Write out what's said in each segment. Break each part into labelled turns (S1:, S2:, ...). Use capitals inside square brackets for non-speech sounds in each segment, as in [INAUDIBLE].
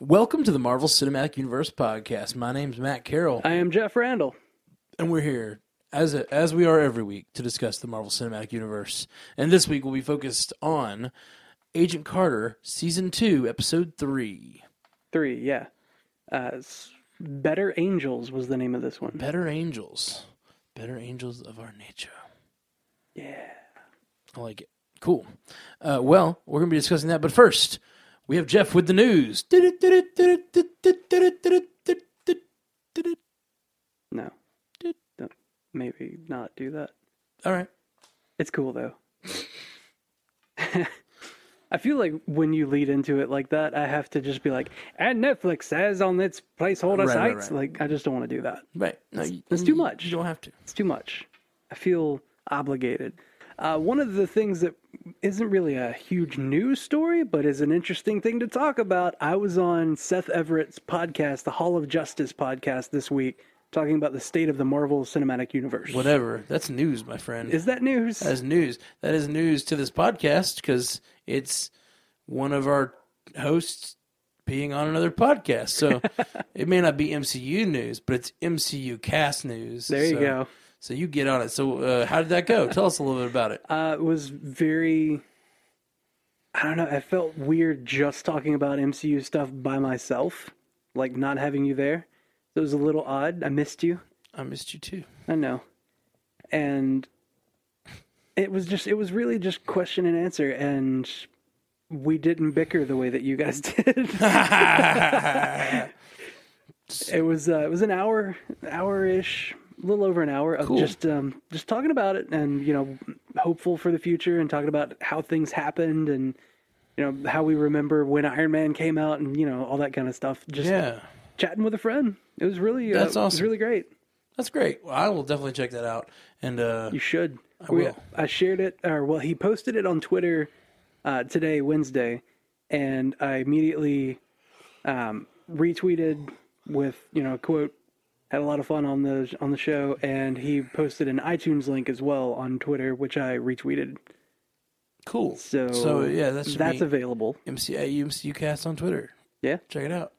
S1: Welcome to the Marvel Cinematic Universe podcast. My name's Matt Carroll,
S2: I am Jeff Randall.
S1: and we're here as a, as we are every week to discuss the Marvel Cinematic Universe. And this week we'll be focused on Agent Carter, season two, episode three.
S2: Three, yeah. Uh, s- Better Angels was the name of this one.
S1: Better angels, better angels of our nature.
S2: Yeah.
S1: I like it. Cool. Uh, well, we're gonna be discussing that, but first we have Jeff with the news.
S2: No. Don't- Maybe not do that.
S1: All right.
S2: It's cool though. [LAUGHS] I feel like when you lead into it like that, I have to just be like, and Netflix says on its placeholder
S1: Right, right,
S2: sites.
S1: right.
S2: Like, I just don't want to do that.
S1: Right. No, you-
S2: that's too much.
S1: You don't have to.
S2: It's too much. I feel obligated. Uh, one of the things that isn't really a huge news story, but is an interesting thing to talk about. I was on Seth Everett's podcast, the Hall of Justice podcast, this week, talking about the state of the Marvel Cinematic Universe.
S1: Whatever. That's news, my friend.
S2: Is that news?
S1: That is news. That is news to this podcast because it's one of our hosts being on another podcast.
S2: [LAUGHS]
S1: So it may not be MCU news, but it's MCU cast news.
S2: there you
S1: So-
S2: go.
S1: So you get on it. So uh, how did that go? Tell us a little bit about it.
S2: uh, it was very i don't know i felt weird just talking about mcu stuff by myself like not having you there it was a little odd i missed you
S1: I missed you too.
S2: i know and it was just it was really just question and answer and we didn't bicker the way that you guys [LAUGHS] did it was uh, it was an hour hour ish a little over an hour of
S1: Cool.
S2: just um, just talking about it and you know hopeful for the future and talking about how things happened and you know how we remember when Iron Man came out and you know all that kind of stuff just
S1: Yeah.
S2: chatting with a friend it was really
S1: That's
S2: uh, it was
S1: awesome.
S2: really great
S1: That's great. Well, I will definitely check that out. And uh,
S2: you should I
S1: will.
S2: I shared it or well he posted it on Twitter uh, today Wednesday and I immediately um, retweeted with you know a quote had a lot of fun on the on the show and he posted an iTunes link as well on Twitter which I retweeted
S1: cool.
S2: so
S1: so yeah, that's
S2: that's
S1: be
S2: available
S1: MCU MCU cast on Twitter.
S2: yeah
S1: Check it out.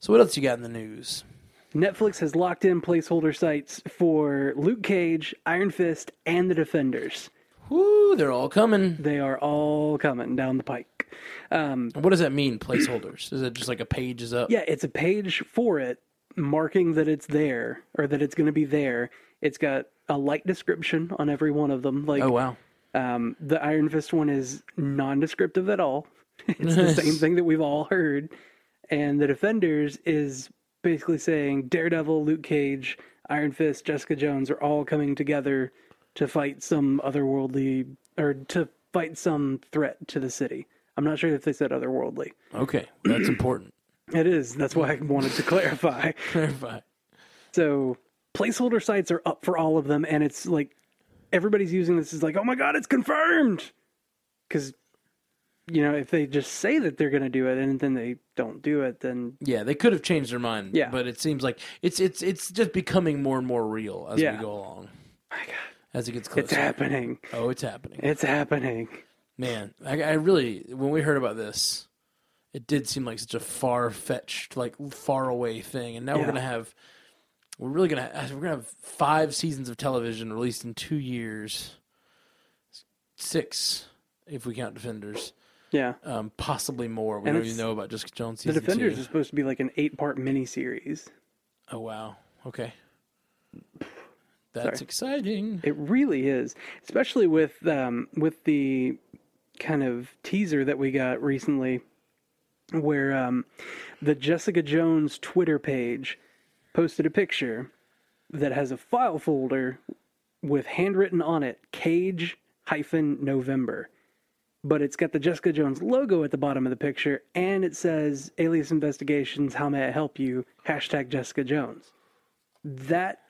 S1: So what else you got in the news?
S2: Netflix has locked in placeholder sites for Luke Cage Iron Fist and The Defenders
S1: Woo! They're all coming.
S2: they are all coming down the pike um,
S1: What does that mean, placeholders? Is it just like a page is up?
S2: Yeah, it's a page for it, marking that it's there or that it's going to be there. It's got a light description on every one of them. Like
S1: Oh wow.
S2: um, the Iron Fist one is non-descriptive at all. [LAUGHS] It's the same thing that we've all heard. And the Defenders is basically saying Daredevil, Luke Cage, Iron Fist, Jessica Jones are all coming together to fight some otherworldly or to fight some threat to the city. I'm not sure if they said otherworldly.
S1: Okay,
S2: [CLEARS THROAT]
S1: that's important.
S2: It is. That's why I wanted to [LAUGHS] clarify.
S1: Clarify.
S2: So placeholder sites are up for all of them, and it's like everybody's using this is like, oh my god, it's confirmed. Because you know, if they just say that they're going to do it and then they don't do it, then
S1: Yeah, they could have changed their mind.
S2: Yeah.
S1: but it seems like it's it's it's just becoming more and more real as
S2: Yeah.
S1: we go along,
S2: my god,
S1: as it gets closer.
S2: it's happening,
S1: oh, it's happening.
S2: it's happening.
S1: Man, I, I really when we heard about this, it did seem like such a far fetched, like far away thing. And now we're
S2: Yeah.
S1: gonna have, we're really gonna have, we're gonna have five seasons of television released in two years, six if we count Defenders,
S2: Yeah,
S1: um, possibly more. We
S2: And
S1: don't
S2: it's-
S1: even know about Jessica Jones
S2: the
S1: season
S2: Defenders
S1: two.
S2: is supposed to be like an eight-part miniseries.
S1: Oh wow, okay, that's exciting.
S2: It really is, especially with um, with the kind of teaser that we got recently, where um, the Jessica Jones Twitter page posted a picture that has a file folder with handwritten on it "Cage hyphen November." But it's got the Jessica Jones logo at the bottom of the picture, and it says "Alias Investigations. How may I help you?" hashtag Jessica Jones. That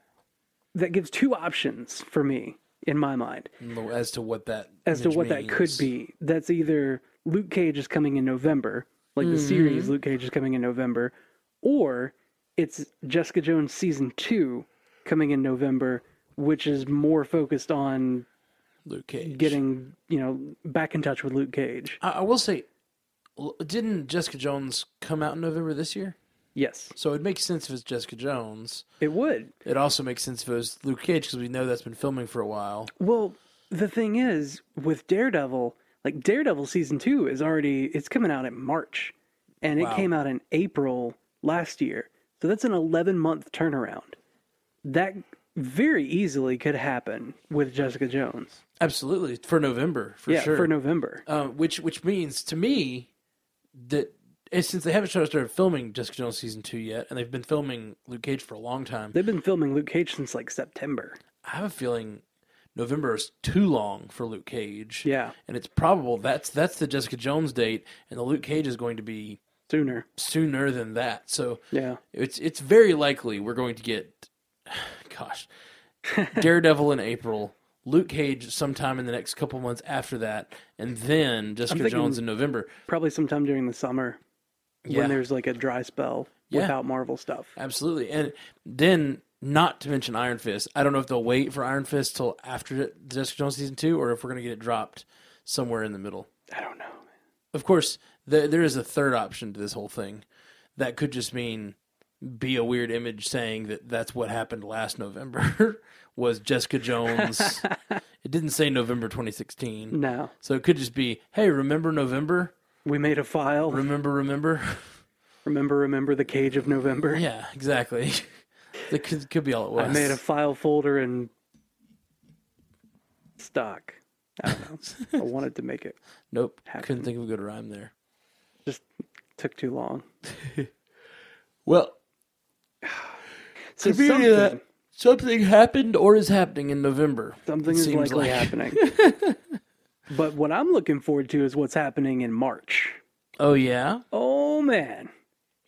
S2: that gives two options for me in my mind
S1: As to what that
S2: as to
S1: image
S2: what that could
S1: means.
S2: be. That's either Luke Cage is coming in November, like the series Luke Cage is coming in November, or it's Jessica Jones season two coming in November, which is more focused on
S1: Luke Cage
S2: getting you know back in touch with Luke Cage.
S1: I, I will say, L- Didn't Jessica Jones come out in November this year?
S2: Yes,
S1: So it makes sense if it's Jessica Jones.
S2: it would.
S1: It also makes sense if it was Luke Cage because we know that's been filming for a while.
S2: Well, the thing is with Daredevil, like Daredevil season two is already it's coming out in March, and it
S1: Wow.
S2: came out in April last year. So that's an eleven month turnaround. That very easily could happen with Jessica Jones.
S1: Absolutely for November for
S2: yeah,
S1: sure.
S2: for November.
S1: Uh, which which means to me that eh, since they haven't started started filming Jessica Jones season two yet, and they've been filming Luke Cage for a long time,
S2: They've been filming Luke Cage since like September.
S1: I have a feeling November is too long for Luke Cage.
S2: Yeah,
S1: and it's probable that's that's the Jessica Jones date, and the Luke Cage is going to be
S2: sooner.
S1: sooner than that. So
S2: Yeah.
S1: it's it's very likely we're going to get, [SIGHS] gosh, Daredevil in April, Luke Cage sometime in the next couple months after that, and then Jessica
S2: thinking-
S1: Jones in November.
S2: Probably sometime during the summer
S1: Yeah.
S2: when there's like a dry spell
S1: Yeah.
S2: without Marvel stuff.
S1: Absolutely. And then, not to mention Iron Fist, I don't know if they'll wait for Iron Fist till after Jessica Jones season two or if we're going to get it dropped somewhere in the middle.
S2: I don't know.
S1: Of course, th- there is a third option to this whole thing that could just mean be a weird image saying that that's what happened last November [LAUGHS] was Jessica
S2: [LAUGHS]
S1: Jones. it didn't say November 2016.
S2: No,
S1: So it could just be, hey, remember November?
S2: we made a file.
S1: Remember, remember? [LAUGHS]
S2: Remember, remember the cage of November.
S1: yeah, exactly. [LAUGHS] that could, could be all it was.
S2: I made a file folder and stock. I
S1: [LAUGHS]
S2: don't know. I wanted to make it.
S1: Nope.
S2: happen.
S1: Couldn't think of a good rhyme there.
S2: Just took too long.
S1: Well,
S2: So
S1: to be uh,
S2: something,
S1: that something happened or is happening in November.
S2: something
S1: it
S2: is
S1: seems like.
S2: likely happening.
S1: [LAUGHS]
S2: but what I'm looking forward to is what's happening in March.
S1: Oh yeah,
S2: Oh man,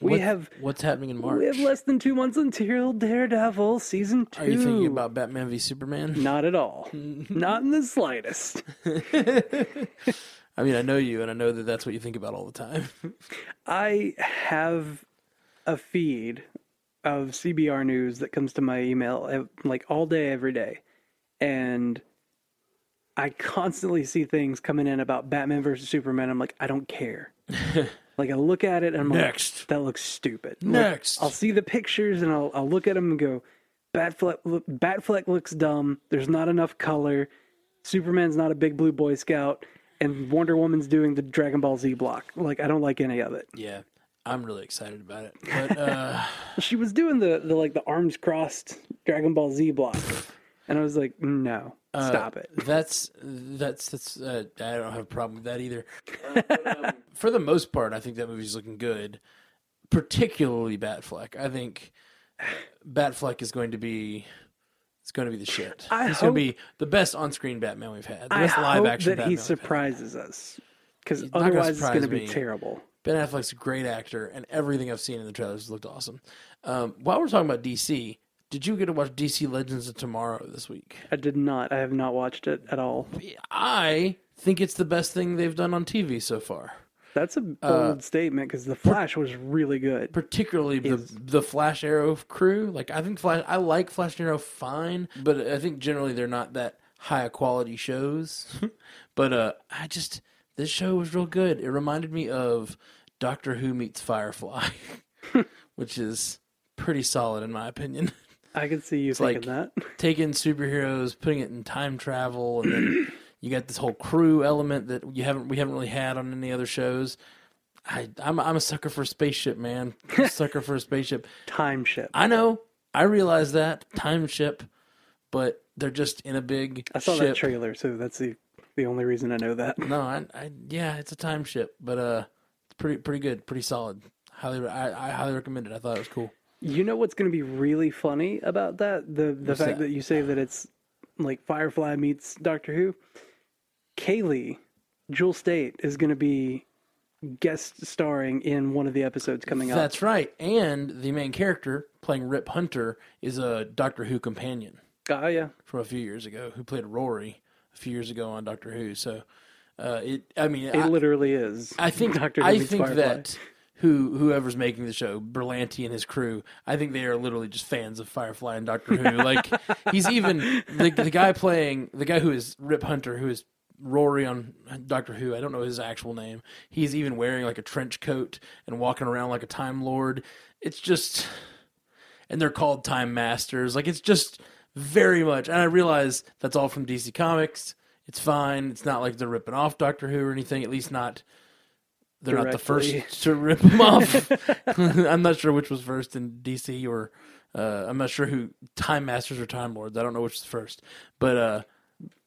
S2: we
S1: What-
S2: have
S1: what's happening in March?
S2: we have less than two months until Daredevil season two.
S1: Are you thinking about Batman v Superman?
S2: Not
S1: [LAUGHS]
S2: at all. Not in the slightest.
S1: I mean, I know you, and I know that that's what you think about all the
S2: [LAUGHS]
S1: time.
S2: I have a feed of CBR news that comes to my email ev- like all day, every day. And I constantly see things coming in about Batman versus Superman. I'm like, I
S1: [LAUGHS]
S2: don't care. like, I look at it and I'm
S1: Next.
S2: like, that looks stupid. Like,
S1: Next,
S2: I'll see the pictures and I'll, I'll look at them and go, Batfleck, look, Batfleck looks dumb. There's not enough color. Superman's not a big blue boy scout. And Wonder Woman's doing the Dragon Ball Z block. Like, I don't like any of it.
S1: yeah, I'm really excited about it. But uh, [LAUGHS]
S2: She was doing the, the like the arms crossed Dragon Ball Z block. And I was like, no,
S1: Uh,
S2: stop it.
S1: that's that's that's uh, I don't have a problem with that either. [LAUGHS] Uh, but, um, for the most part, I think that movie's looking good, particularly Batfleck. I think Batfleck is going to be it's going to be the shit.
S2: I
S1: He's going
S2: hope-
S1: to be the best on-screen Batman we've had. The
S2: I
S1: best live
S2: hope
S1: action
S2: that
S1: Batman.
S2: he
S1: we've had.
S2: surprises us. Because
S1: not gonna
S2: otherwise, it's going to
S1: surprise
S2: be
S1: me.
S2: terrible.
S1: Ben Affleck's a great actor, and everything I've seen in the trailers has looked awesome. Um, while we're talking about DC, did you get to watch DC Legends of Tomorrow this week?
S2: I did not. I have not watched it at all.
S1: I think it's the best thing they've done on TV so far.
S2: That's a bold
S1: Uh,
S2: statement because The Flash was really good.
S1: particularly the the Flash Arrow crew. Like I think Flash, I like Flash and Arrow fine, but I think generally they're not that high quality shows. but uh, I just this show was real good. It reminded me of Doctor Who meets Firefly, [LAUGHS] which is pretty solid in my opinion. [LAUGHS]
S2: I can see you
S1: like-
S2: thinking that.
S1: Taking superheroes, putting it in time travel, and then you got this whole crew element that you haven't we haven't really had on any other shows. I, I'm I'm a sucker for a spaceship, man. [LAUGHS] I'm a sucker for a spaceship.
S2: Time ship. I,
S1: I know. I realize that time ship, but they're just in a big
S2: saw
S1: ship.
S2: that trailer, so that's the the only reason I know that.
S1: No, I, I yeah, it's a time ship, but uh, it's pretty pretty good, pretty solid. Highly, I, I highly recommend it. I thought it was cool.
S2: You know what's going to be really funny about that? The the fact
S1: that?
S2: that? you say that it's like Firefly meets Doctor Who. Kaylee, Jewel State is going to be guest starring in one of the episodes coming up.
S1: That's right. And the main character playing Rip Hunter is a Doctor Who companion
S2: Oh yeah,
S1: from a few years ago who played Rory a few years ago on Doctor Who. So, uh, it. I mean,
S2: it
S1: I,
S2: literally is.
S1: I think
S2: [LAUGHS] Doctor Who
S1: I
S2: meets
S1: think
S2: Firefly.
S1: that who whoever's making the show, Berlanti and his crew, I think they are literally just fans of Firefly
S2: [LAUGHS]
S1: and Doctor Who. like he's even the, the guy playing the guy who is Rip Hunter, who is Rory on Doctor Who. I don't know his actual name. He's even wearing like a trench coat and walking around like a Time Lord. It's just, and they're called Time Masters. Like it's just very much. And I realize that's all from DC Comics. It's fine. It's not like they're ripping off Doctor Who or anything. At least not. They're not the
S2: Directly.
S1: first to rip them off. [LAUGHS] I'm not sure which was first in DC or uh, I'm not sure who Time Masters or Time Lords. I don't know which is first, but uh,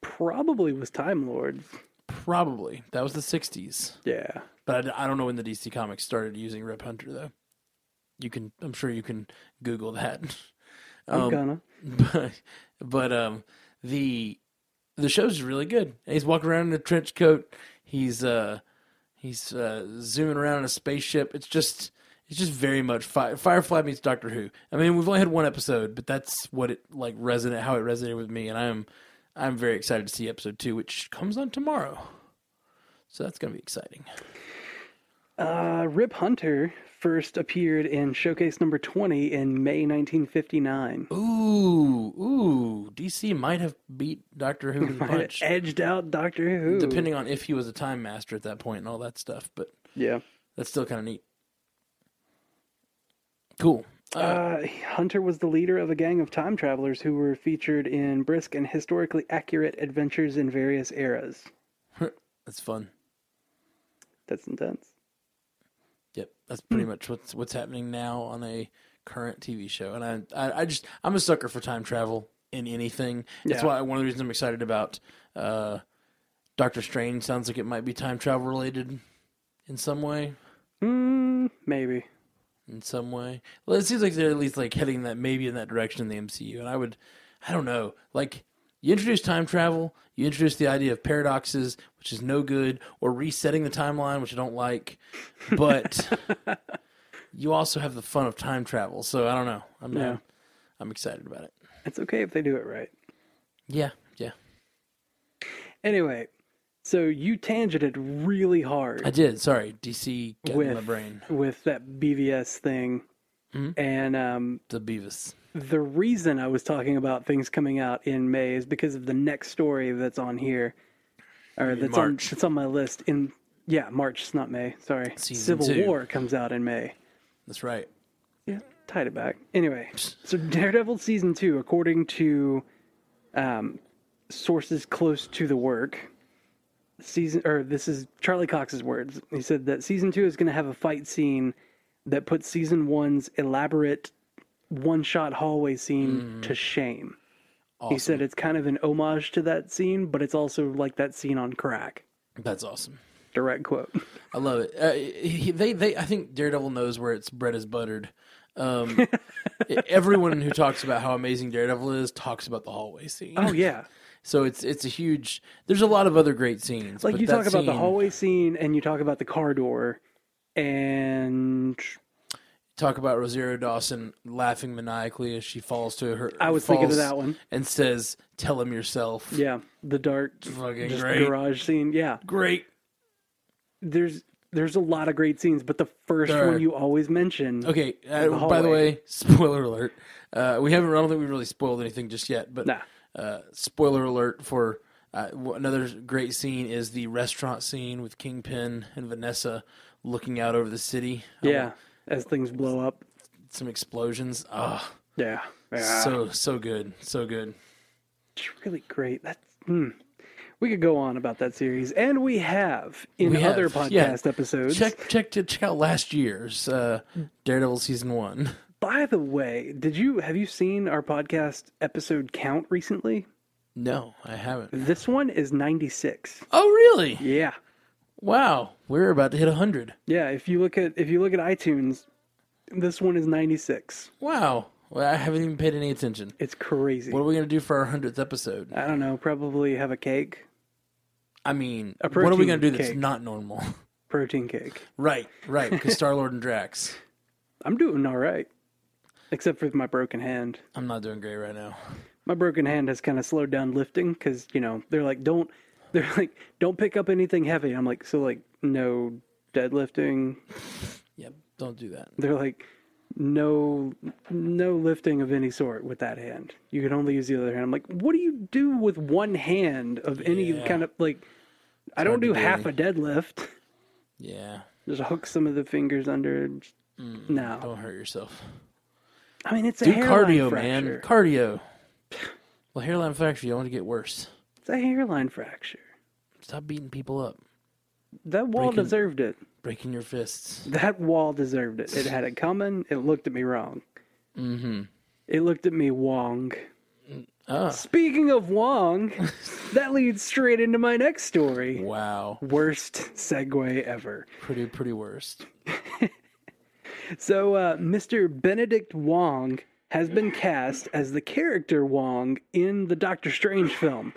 S2: Probably was Time Lords.
S1: Probably. That was the 60s.
S2: Yeah.
S1: But I, I don't know when the DC Comics started using Rip Hunter, though. You can, I'm sure you can Google that. [LAUGHS]
S2: I'm
S1: Um,
S2: gonna.
S1: [LAUGHS] but but um, the the show's really good. He's walking around in a trench coat. He's uh, he's uh, zooming around in a spaceship. It's just it's just very much Fi Firefly meets Doctor Who. I mean, we've only had one episode, but that's what it like resonate how it resonated with me, and I'm I'm very excited to see episode two, which comes on tomorrow. So that's gonna be exciting.
S2: Uh, Rip Hunter first appeared in showcase number 20 in May 1959.
S1: Ooh, ooh, DC might have beat Doctor Who to
S2: [LAUGHS]
S1: the
S2: It
S1: punch.
S2: edged out Doctor Who.
S1: Depending on if he was a time master at that point and all that stuff, but
S2: yeah.
S1: That's still kind of neat. Cool. Uh,
S2: Uh, Hunter was the leader of a gang of time travelers who were featured in brisk and historically accurate adventures in various eras.
S1: that's fun.
S2: That's intense.
S1: Yep, that's pretty much what's what's happening now on a current TV show. And I, I, I just I'm a sucker for time travel in anything. That's
S2: Yeah.
S1: why one of the reasons I'm excited about uh, Doctor Strange sounds like it might be time travel related in some way.
S2: Hmm, maybe.
S1: in some way. Well, it seems like they're at least like heading that maybe in that direction in the MCU. And I would, I don't know, like you introduce time travel, you introduce the idea of paradoxes, which is no good, or resetting the timeline, which I don't like,
S2: [LAUGHS]
S1: but you also have the fun of time travel. So I don't know. I'm
S2: Yeah.
S1: I'm, I'm excited about it.
S2: It's okay if they do it right.
S1: Yeah, yeah,
S2: Anyway, so you tangented really hard.
S1: I did. Sorry, DC got in my brain.
S2: with that BVS thing.
S1: Mhm.
S2: And um,
S1: The Beavis.
S2: the reason I was talking about things coming out in May is because of the next story that's on here, or that's on
S1: March.
S2: that's on my list. In yeah, March, it's not May. Sorry,
S1: Season
S2: Civil
S1: two.
S2: War comes out in May.
S1: That's right.
S2: Yeah, tied it back. Anyway, so Daredevil season two, according to um, sources close to the work, season or this is Charlie Cox's words. He said that season two is going to have a fight scene that puts season one's elaborate one-shot hallway scene to shame.
S1: Awesome.
S2: He said it's kind of an homage to that scene, but it's also like that scene on crack.
S1: That's awesome.
S2: Direct quote.
S1: I love it. Uh, he, they, they, I think Daredevil knows where its bread is buttered.
S2: [LAUGHS]
S1: Um, everyone who talks about how amazing Daredevil is talks about the hallway scene.
S2: Oh [LAUGHS] yeah.
S1: So it's it's a huge. There's a lot of other great scenes.
S2: Like
S1: but
S2: you
S1: that
S2: talk about the
S1: scene-
S2: hallway scene and you talk about the car door and
S1: Talk about Rosario Dawson laughing maniacally as she falls to her.
S2: I was thinking of
S1: falls
S2: that one.
S1: And says, "Tell him yourself."
S2: yeah, the dark
S1: Fucking
S2: just
S1: great.
S2: garage scene. Yeah.
S1: Great.
S2: There's there's a lot of great scenes, but the first
S1: There are-
S2: one you always mention.
S1: Okay. Uh, by the
S2: hallway.
S1: way, [LAUGHS] spoiler alert. Uh, we haven't. I don't think we've really spoiled anything just yet. But
S2: Nah.
S1: uh, spoiler alert for uh, w- another great scene is the restaurant scene with Kingpin and Vanessa looking out over the city.
S2: Yeah. As things blow up.
S1: some explosions. Ah,
S2: Yeah. Yeah.
S1: so so good, so good.
S2: it's really great. That's hmm. We could go on about that series, and we have in
S1: We have,
S2: other
S1: yeah.
S2: podcast episodes.
S1: Check check to check out last year's uh, Daredevil season one.
S2: By the way, did you have you seen our podcast episode count recently?
S1: No, I haven't.
S2: This one is ninety six.
S1: Oh, really?
S2: Yeah.
S1: Wow, we're about to hit hundred.
S2: Yeah, if you look at if you look at iTunes, this one is 96.
S1: Wow, well, I haven't even paid any attention.
S2: It's crazy.
S1: What are we gonna do for our hundredth episode?
S2: I don't know, probably have a cake,
S1: I mean,
S2: A
S1: what are we
S2: protein
S1: gonna do that's
S2: cake.
S1: not
S2: [LAUGHS]
S1: normal?
S2: protein cake.
S1: right, right. Because Star Lord and Drax.
S2: I'm doing all right. Except for my broken hand.
S1: I'm not doing great right now.
S2: My broken hand has kind of slowed down lifting cuz, you know, they're like don't they're like don't pick up anything heavy. I'm like so like no deadlifting.
S1: Yep, don't do that.
S2: They're like no no lifting of any sort with that hand. You can only use the other hand. I'm like what do you do with one hand of any
S1: Yeah.
S2: kind of like I don't
S1: hard to
S2: do
S1: do.
S2: half a deadlift. [LAUGHS]
S1: Yeah.
S2: Just hook some of the fingers under. and just- No,
S1: Don't hurt yourself.
S2: I mean it's a
S1: Mm. Do
S2: hairline
S1: cardio,
S2: fracture.
S1: man. Cardio. Well, hairline fracture, you only get worse.
S2: It's a hairline fracture.
S1: Stop beating people up,
S2: That wall
S1: Breaking-
S2: deserved it.
S1: breaking your fists.
S2: That wall deserved it. It had it coming. It looked at me wrong.
S1: Mm-hmm.
S2: It looked at me wrong.
S1: Ah,
S2: Speaking
S1: [LAUGHS]
S2: of Wong, that leads straight into my next story.
S1: wow.
S2: Worst segue ever.
S1: Pretty, pretty worst.
S2: So, uh, Mr. Benedict Wong has been cast as the character Wong in the Doctor Strange film.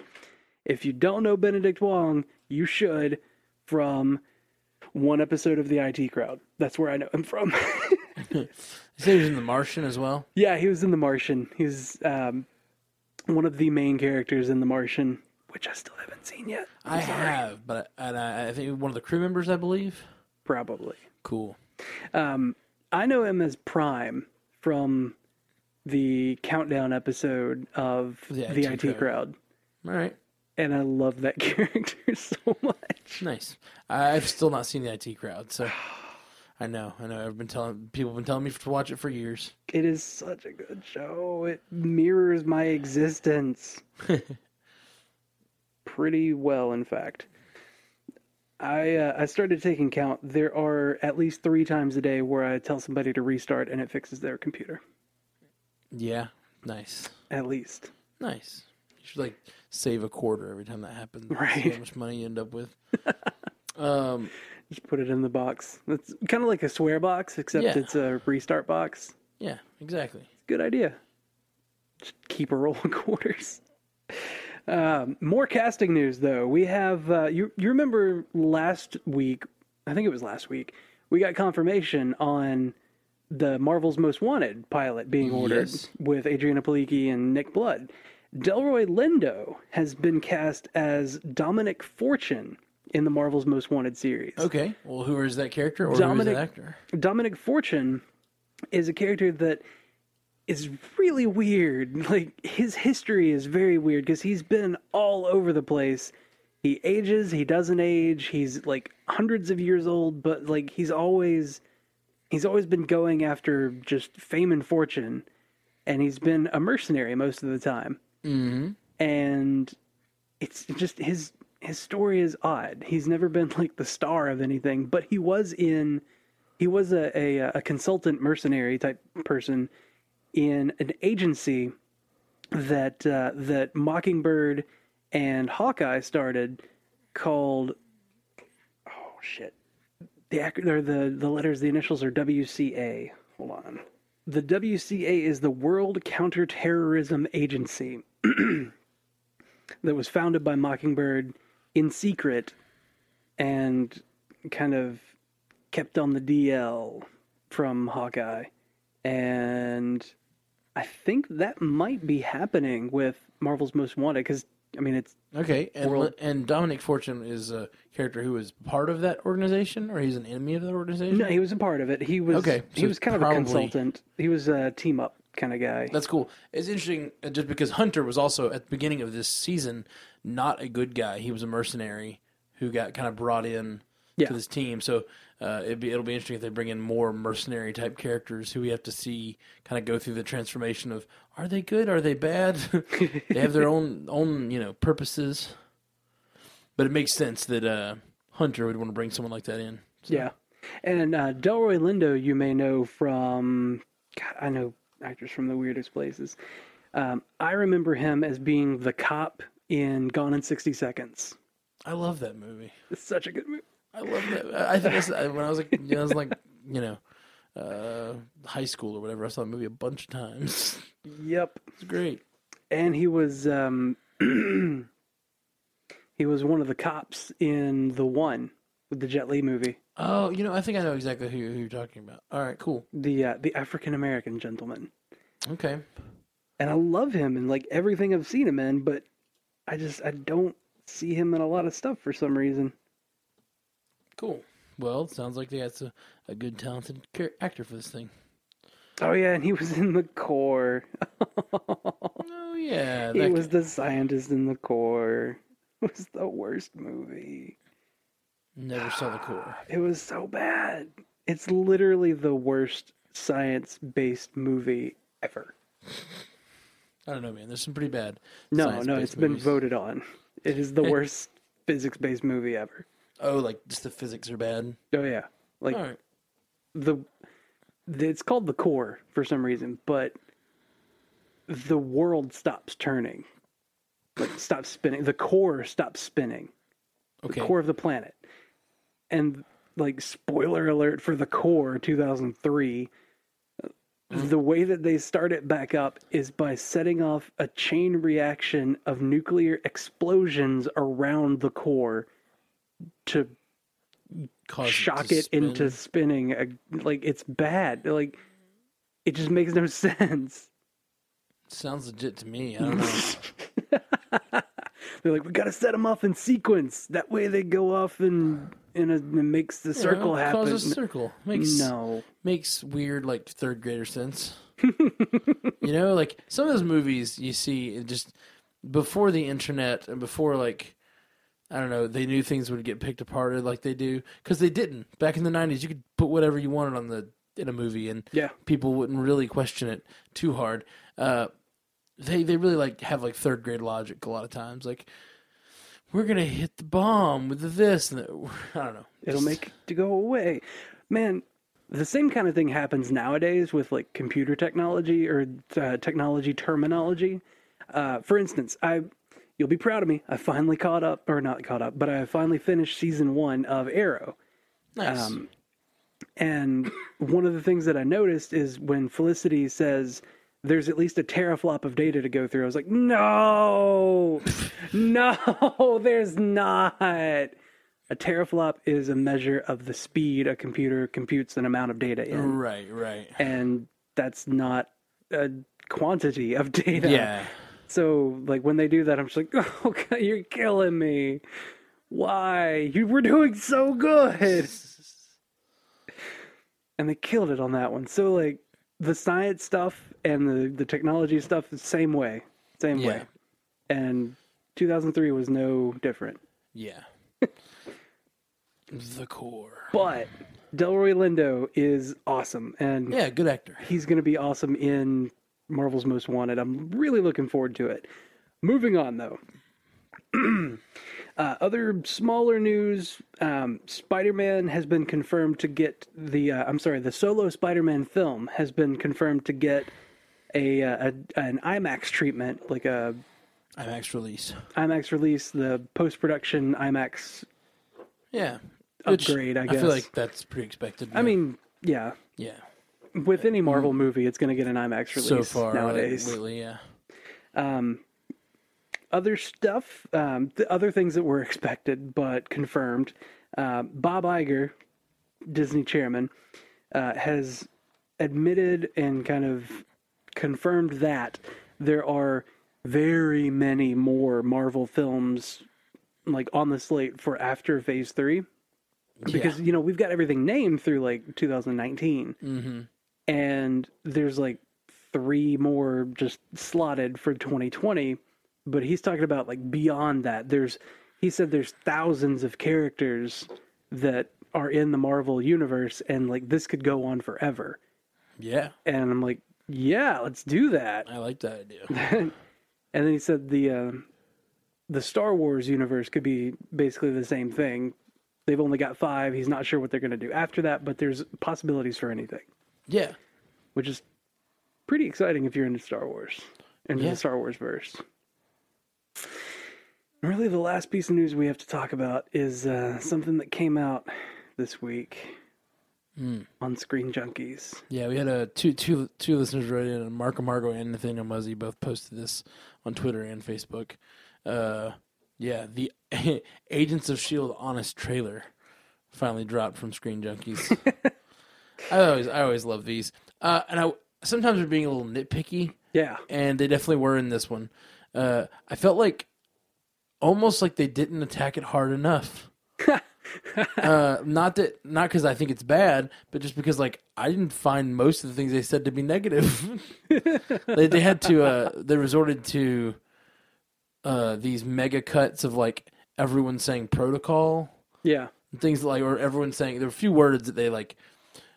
S2: If you don't know Benedict Wong, you should from one episode of The IT Crowd. That's where I know him from. [LAUGHS]
S1: You say he was in The Martian as well?
S2: yeah, he was in The Martian. He's um, one of the main characters in The Martian, which I still haven't seen yet.
S1: i have, but and I, I think one of the crew members, I believe.
S2: Probably.
S1: Cool.
S2: Um, I know him as Prime from the countdown episode of
S1: The
S2: the
S1: IT Crowd.
S2: IT crowd.
S1: All right.
S2: and I love that [LAUGHS] character so much.
S1: Nice. I- I've still not seen the IT crowd, so I know, I know. I've been telling people have been telling me to watch it for years.
S2: It is such a good show. It mirrors my
S1: [LAUGHS]
S2: existence pretty well, in fact. I uh, I started taking count. There are at least three times a day where I tell somebody to restart and it fixes their computer.
S1: Yeah. Nice.
S2: At least.
S1: Nice. You should like save a quarter every time that happens. see
S2: Right.
S1: how much money you end up with. [LAUGHS] um.
S2: Just put it in the box. That's kind of like a swear box, except
S1: Yeah.
S2: it's a restart box.
S1: Yeah. Exactly.
S2: It's a good idea. Just keep a roll of [LAUGHS] quarters. Um, more casting news, though. We have uh, you. You remember last week? I think it was last week. We got confirmation on the Marvel's Most Wanted pilot being ordered
S1: Yes.
S2: with Adriana Palicki and Nick Blood. Delroy Lindo has been cast as Dominic Fortune in the Marvel's Most Wanted series.
S1: Okay. Well, who is that character or who is
S2: Dominic-
S1: that actor?
S2: Dominic Fortune is a character that is really weird. [LAUGHS] Like his history is very weird because he's been all over the place. He ages, he doesn't age. He's like hundreds of years old, but like he's always he's always been going after just fame and fortune and he's been a mercenary most of the time.
S1: Mm-hmm.
S2: And it's just his his story is odd. He's never been [LAUGHS] like the star of anything, but he was in he was a, a, a consultant mercenary type person in an agency that uh, that Mockingbird and Hawkeye started called oh shit the ac- or the the letters the initials are WCA hold on the WCA is the World Counterterrorism Agency that was founded by Mockingbird in secret and kind of kept on the DL from Hawkeye. And I think that might be happening with Marvel's Most Wanted because, I mean, it's
S1: Okay. And
S2: World-
S1: and Dominic Fortune is a character who is part of that organization, or he's an enemy of that organization.
S2: no, he was a part of it. He was
S1: Okay,
S2: he
S1: so
S2: was kind of
S1: probably-
S2: a consultant. He was a team up kind of guy.
S1: That's cool. It's interesting uh, just because Hunter was also at the beginning of this season not a good guy. He was a mercenary who got kind of brought in
S2: Yeah.
S1: to this team. So uh, it'd be, it'll be interesting if they bring in more mercenary type characters who we have to see kind of go through the transformation of are they good? Are they bad? [LAUGHS] they have their own own you know purposes. But it makes sense that uh, Hunter would want to bring someone like that in. So,
S2: Yeah. And uh, Delroy Lindo, you may know from, God, I know actors from the weirdest places. Um, I remember him as being the cop in Gone in 60 Seconds.
S1: I love that movie.
S2: It's such a good movie.
S1: I love that. I I think that's, I- when I was like, you know, I was like, you know, uh, high school or whatever, I saw the movie a bunch of times. [LAUGHS]
S2: Yep.
S1: It's great.
S2: And he was, um, [CLEARS THROAT] he was one of the cops in The One with the Jet Li movie.
S1: Oh, you know, I think I know exactly who, who you're talking about. All right, cool.
S2: The, uh, the African American gentleman.
S1: Okay.
S2: and I love him and like everything I've seen him in, but I just I don't see him in a lot of stuff for some reason.
S1: Cool. Well, it sounds like they got a, a good, talented char- actor for this [LAUGHS] thing.
S2: Oh yeah, and he was in the
S1: [LAUGHS]
S2: core.
S1: Oh, yeah.
S2: he
S1: that-
S2: was the scientist in the core. It was the worst movie.
S1: Never saw the core.
S2: It was so bad. It's literally the worst science based movie ever.
S1: I don't know, man. There's some pretty bad.
S2: No,
S1: science-based
S2: no, it's
S1: movies.
S2: been voted on. It is
S1: [LAUGHS]
S2: the worst physics based movie ever.
S1: Oh, like just the physics are bad.
S2: Oh yeah. Like
S1: All right.
S2: the the- it's called the core for some reason, but the world stops turning. Like stops spinning. The core stops spinning.
S1: Okay.
S2: core of the planet. And like spoiler alert for the core 2003
S1: Mm-hmm.
S2: the way that they start it back up is by setting off a chain reaction of nuclear explosions around the core to
S1: Cause
S2: shock
S1: Oh, to
S2: it
S1: spin.
S2: into spinning ag- like it's bad like it just makes no [LAUGHS] sense
S1: Sounds legit to me. I [LAUGHS]
S2: [LAUGHS]
S1: don't know.
S2: they're like we got to set them off in sequence that way they go off and in a, and it makes the circle
S1: Yeah,
S2: happen
S1: Cause a circle makes
S2: no
S1: makes weird like third grader
S2: [LAUGHS]
S1: sense. you know, like some of those movies you see it just before the internet and before like I don't know, they knew things would get picked apart like they do because they didn't back in the '90s. You could put whatever you wanted on the in a movie and
S2: yeah
S1: people wouldn't really question it too hard. Uh, they they really like have like third grade logic a lot of times. Like we're gonna hit the bomb with the this and the, [LAUGHS] I don't know.
S2: It'll
S1: Just-
S2: make it to go away. Man, the same kind of thing happens nowadays with like computer technology or uh, technology terminology. Uh, for instance, I you'll be proud of me. I finally caught up, or not caught up, but I finally finished season one of Arrow.
S1: nice.
S2: Um, and one of the things that I noticed is when Felicity says there's at least a teraflop of data to go through, I was like, no, no, [LAUGHS] there's not. A teraflop is a measure of the speed a computer computes an amount of data in.
S1: right, right.
S2: And that's not a quantity of data.
S1: Yeah.
S2: So, like, when they do that, I'm just like, [LAUGHS] oh, God, you're killing me. Why? You were doing so good and they killed it on that one. So like the science stuff and the the technology stuff the same way, same
S1: Yeah.
S2: way. And 2003 was no different. [LAUGHS]
S1: Yeah. the core.
S2: But Delroy Lindo is awesome and
S1: Yeah, good actor.
S2: he's going to be awesome in Marvel's Most Wanted. I'm really looking forward to it. Moving on though. [CLEARS THROAT] uh, other smaller news: um, Spider-Man has been confirmed to get the. Uh, I'm sorry, the solo Spider-Man film has been confirmed to get a, uh a an IMAX treatment, like a
S1: IMAX release.
S2: IMAX release, the post-production IMAX.
S1: Yeah.
S2: Upgrade, I
S1: I feel
S2: guess.
S1: like that's pretty expected.
S2: I mean, yeah,
S1: yeah.
S2: with any Marvel movie, it's going to get an IMAX release
S1: Mm-hmm. So far,
S2: nowadays.
S1: lately, yeah.
S2: other stuff, um, the other things that were expected but confirmed. Uh, Bob Iger, Disney chairman, uh, has admitted and kind of confirmed that there are very many more Marvel films like on the slate for after Phase Three, because you know we've got everything named through like 2019,
S1: Mm-hmm.
S2: and there's like three more just slotted for 2020 but he's talking about like beyond that there's he said there's thousands of characters that are in the marvel universe and like this could go on forever
S1: Yeah.
S2: and i'm like yeah let's do that
S1: I like that idea.
S2: [LAUGHS] and then he said the uh, the Star Wars universe could be basically the same thing. They've only got five. He's not sure what they're going to do after that, but there's possibilities for anything,
S1: Yeah.
S2: which is pretty exciting if you're into Star Wars, into
S1: Yeah.
S2: the Star Wars verse. Really, the last piece of news we have to talk about is uh, something that came out this week on Screen Junkies.
S1: Yeah, we had uh, two two two listeners write in, and Marco Margo and Nathaniel Muzzy both posted this on Twitter and Facebook. Uh, yeah, the [LAUGHS] Agents of Shield E honest trailer finally dropped from Screen Junkies. I always I always love these, uh, and I sometimes we're being a little nitpicky,
S2: Yeah,
S1: and they definitely were in this one. Uh, I felt like almost like they didn't attack it hard enough. uh, not that, not because I think it's bad, but just because like I didn't find most of the things they said to be negative. [LAUGHS] they, they had to, uh, they resorted to uh, these mega cuts of like everyone saying protocol
S2: yeah,
S1: and things like or everyone's saying there are a few words that they like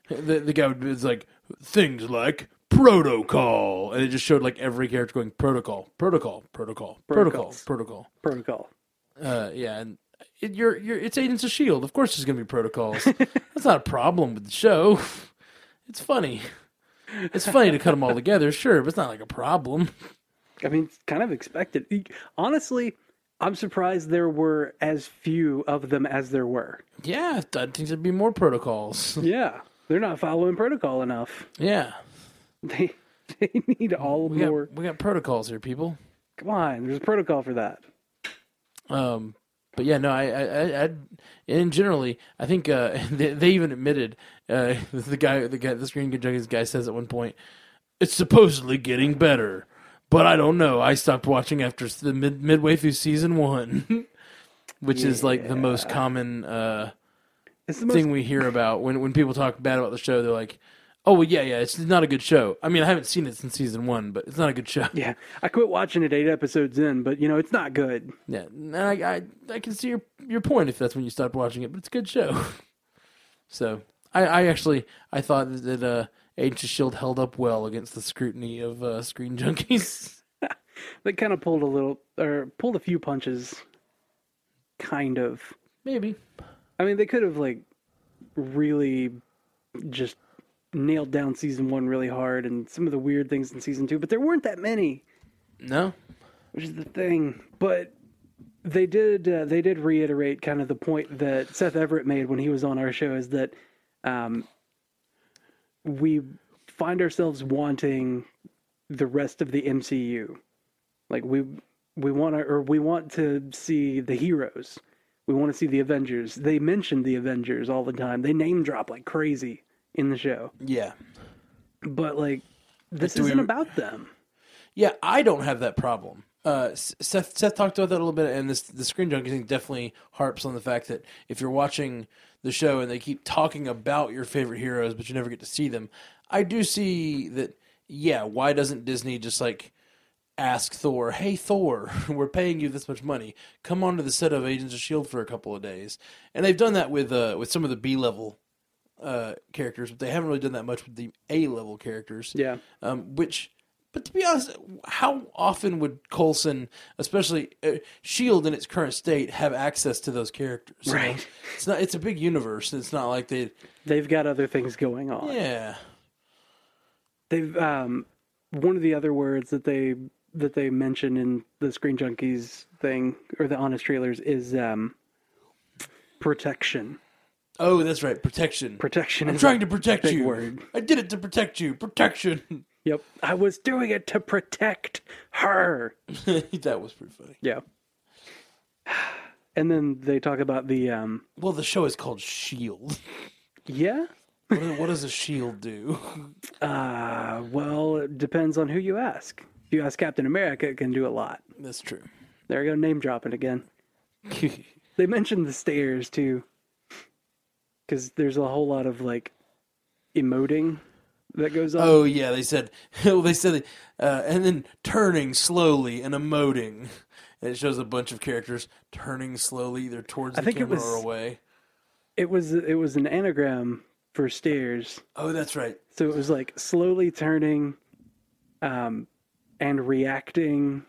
S1: the, the guy was like things like protocol and it just showed like every character going protocol protocol protocol protocol
S2: Protocols.
S1: protocol
S2: protocol.
S1: uh yeah and it, you're you're it's agents of shield E of course there's gonna be protocols
S2: [LAUGHS]
S1: that's not a problem with the show it's funny it's funny to cut them all together sure but it's not like a problem
S2: I mean, it's kind of expected. E- Honestly, I'm surprised there were as few of them as there were.
S1: yeah i think there'd be more protocols
S2: Yeah, they're not following protocol enough. [LAUGHS]
S1: yeah
S2: They they need all
S1: we got,
S2: more.
S1: we got protocols here people
S2: Come on, there's a protocol for that.
S1: Um, but yeah, no, I, I, I, I and generally, I think uh, [LAUGHS] they, they even admitted uh, [LAUGHS] the guy, the guy, the Screen Junkies guy says at one point, it's supposedly getting better, but I don't know. I stopped watching after the mid, midway through season one, [LAUGHS] which is like the most common uh,
S2: It's the most
S1: thing we hear about when when people talk bad about the show. They're like. Oh well, yeah, yeah. It's not a good show. I mean, I haven't seen it since season one, but it's not a good show.
S2: Yeah, I quit watching it eight episodes in, but you know it's not good.
S1: Yeah, and I, I I can see your your point if that's when you stopped watching it, but it's a good show. [LAUGHS] so I, I actually I thought that uh, Agents of Shield held up well against the scrutiny of uh, Screen Junkies.
S2: They kind of pulled a little or pulled a few punches, kind of.
S1: Maybe.
S2: I mean, they could have like really just nailed down season one really hard and some of the weird things in season two, but there weren't that many,
S1: No.
S2: which is the thing. But they did uh, they did reiterate kind of the point that Seth Everett made when he was on our show is that um, we find ourselves wanting the rest of the MCU. Like we we want to, or we want to see the heroes. We want to see the Avengers. They mention the Avengers all the time. They name drop like crazy in the show.
S1: Yeah.
S2: But like this
S1: do we-
S2: isn't about them.
S1: Yeah, I don't have that problem. Uh, S- Seth Seth talked about that a little bit, and this the Screen Junkies thing definitely harps on the fact that if you're watching the show and they keep talking about your favorite heroes, but you never get to see them, I do see that. Yeah, why doesn't Disney just like ask Thor, "Hey Thor, [LAUGHS] we're paying you this much money. Come onto the set of Agents of Shield E for a couple of days." And they've done that with uh, with some of the B level uh, characters, but they haven't really done that much with the A level characters.
S2: Yeah.
S1: Um, which, but to be honest, how often would Coulson, especially uh, Shield in its current state, have access to those characters? You know?
S2: Right.
S1: It's not. It's a big universe. and It's not like they.
S2: They've got other things going on.
S1: Yeah.
S2: They've um one of the other words that they that they mention in the Screen Junkies thing or the Honest Trailers is um protection.
S1: Oh, that's right. Protection.
S2: Protection
S1: I'm
S2: is
S1: trying to protect
S2: big
S1: you.
S2: word.
S1: I did it to protect you. Protection. [LAUGHS]
S2: Yep. I was doing it to protect her.
S1: that was pretty funny.
S2: Yeah. And then they talk about the um
S1: Well, the show is called Shield.
S2: yeah?
S1: what, do- E [LAUGHS] what does a shield E do? [LAUGHS]
S2: Uh well, it depends on who you ask. If you ask Captain America, it can do a lot.
S1: That's true. [LAUGHS]
S2: There you go, name dropping again.
S1: yeah.
S2: They mentioned the stairs too, because there's a whole lot of like emoting that goes on.
S1: Oh yeah, they said. [LAUGHS] Well, they said, uh, and then turning slowly and emoting. [LAUGHS] And it shows a bunch of characters turning slowly, either towards the
S2: think it
S1: camera or
S2: was-
S1: away.
S2: It was it was an anagram for stairs,
S1: Oh, that's right.
S2: so it was like slowly turning, um, and reacting,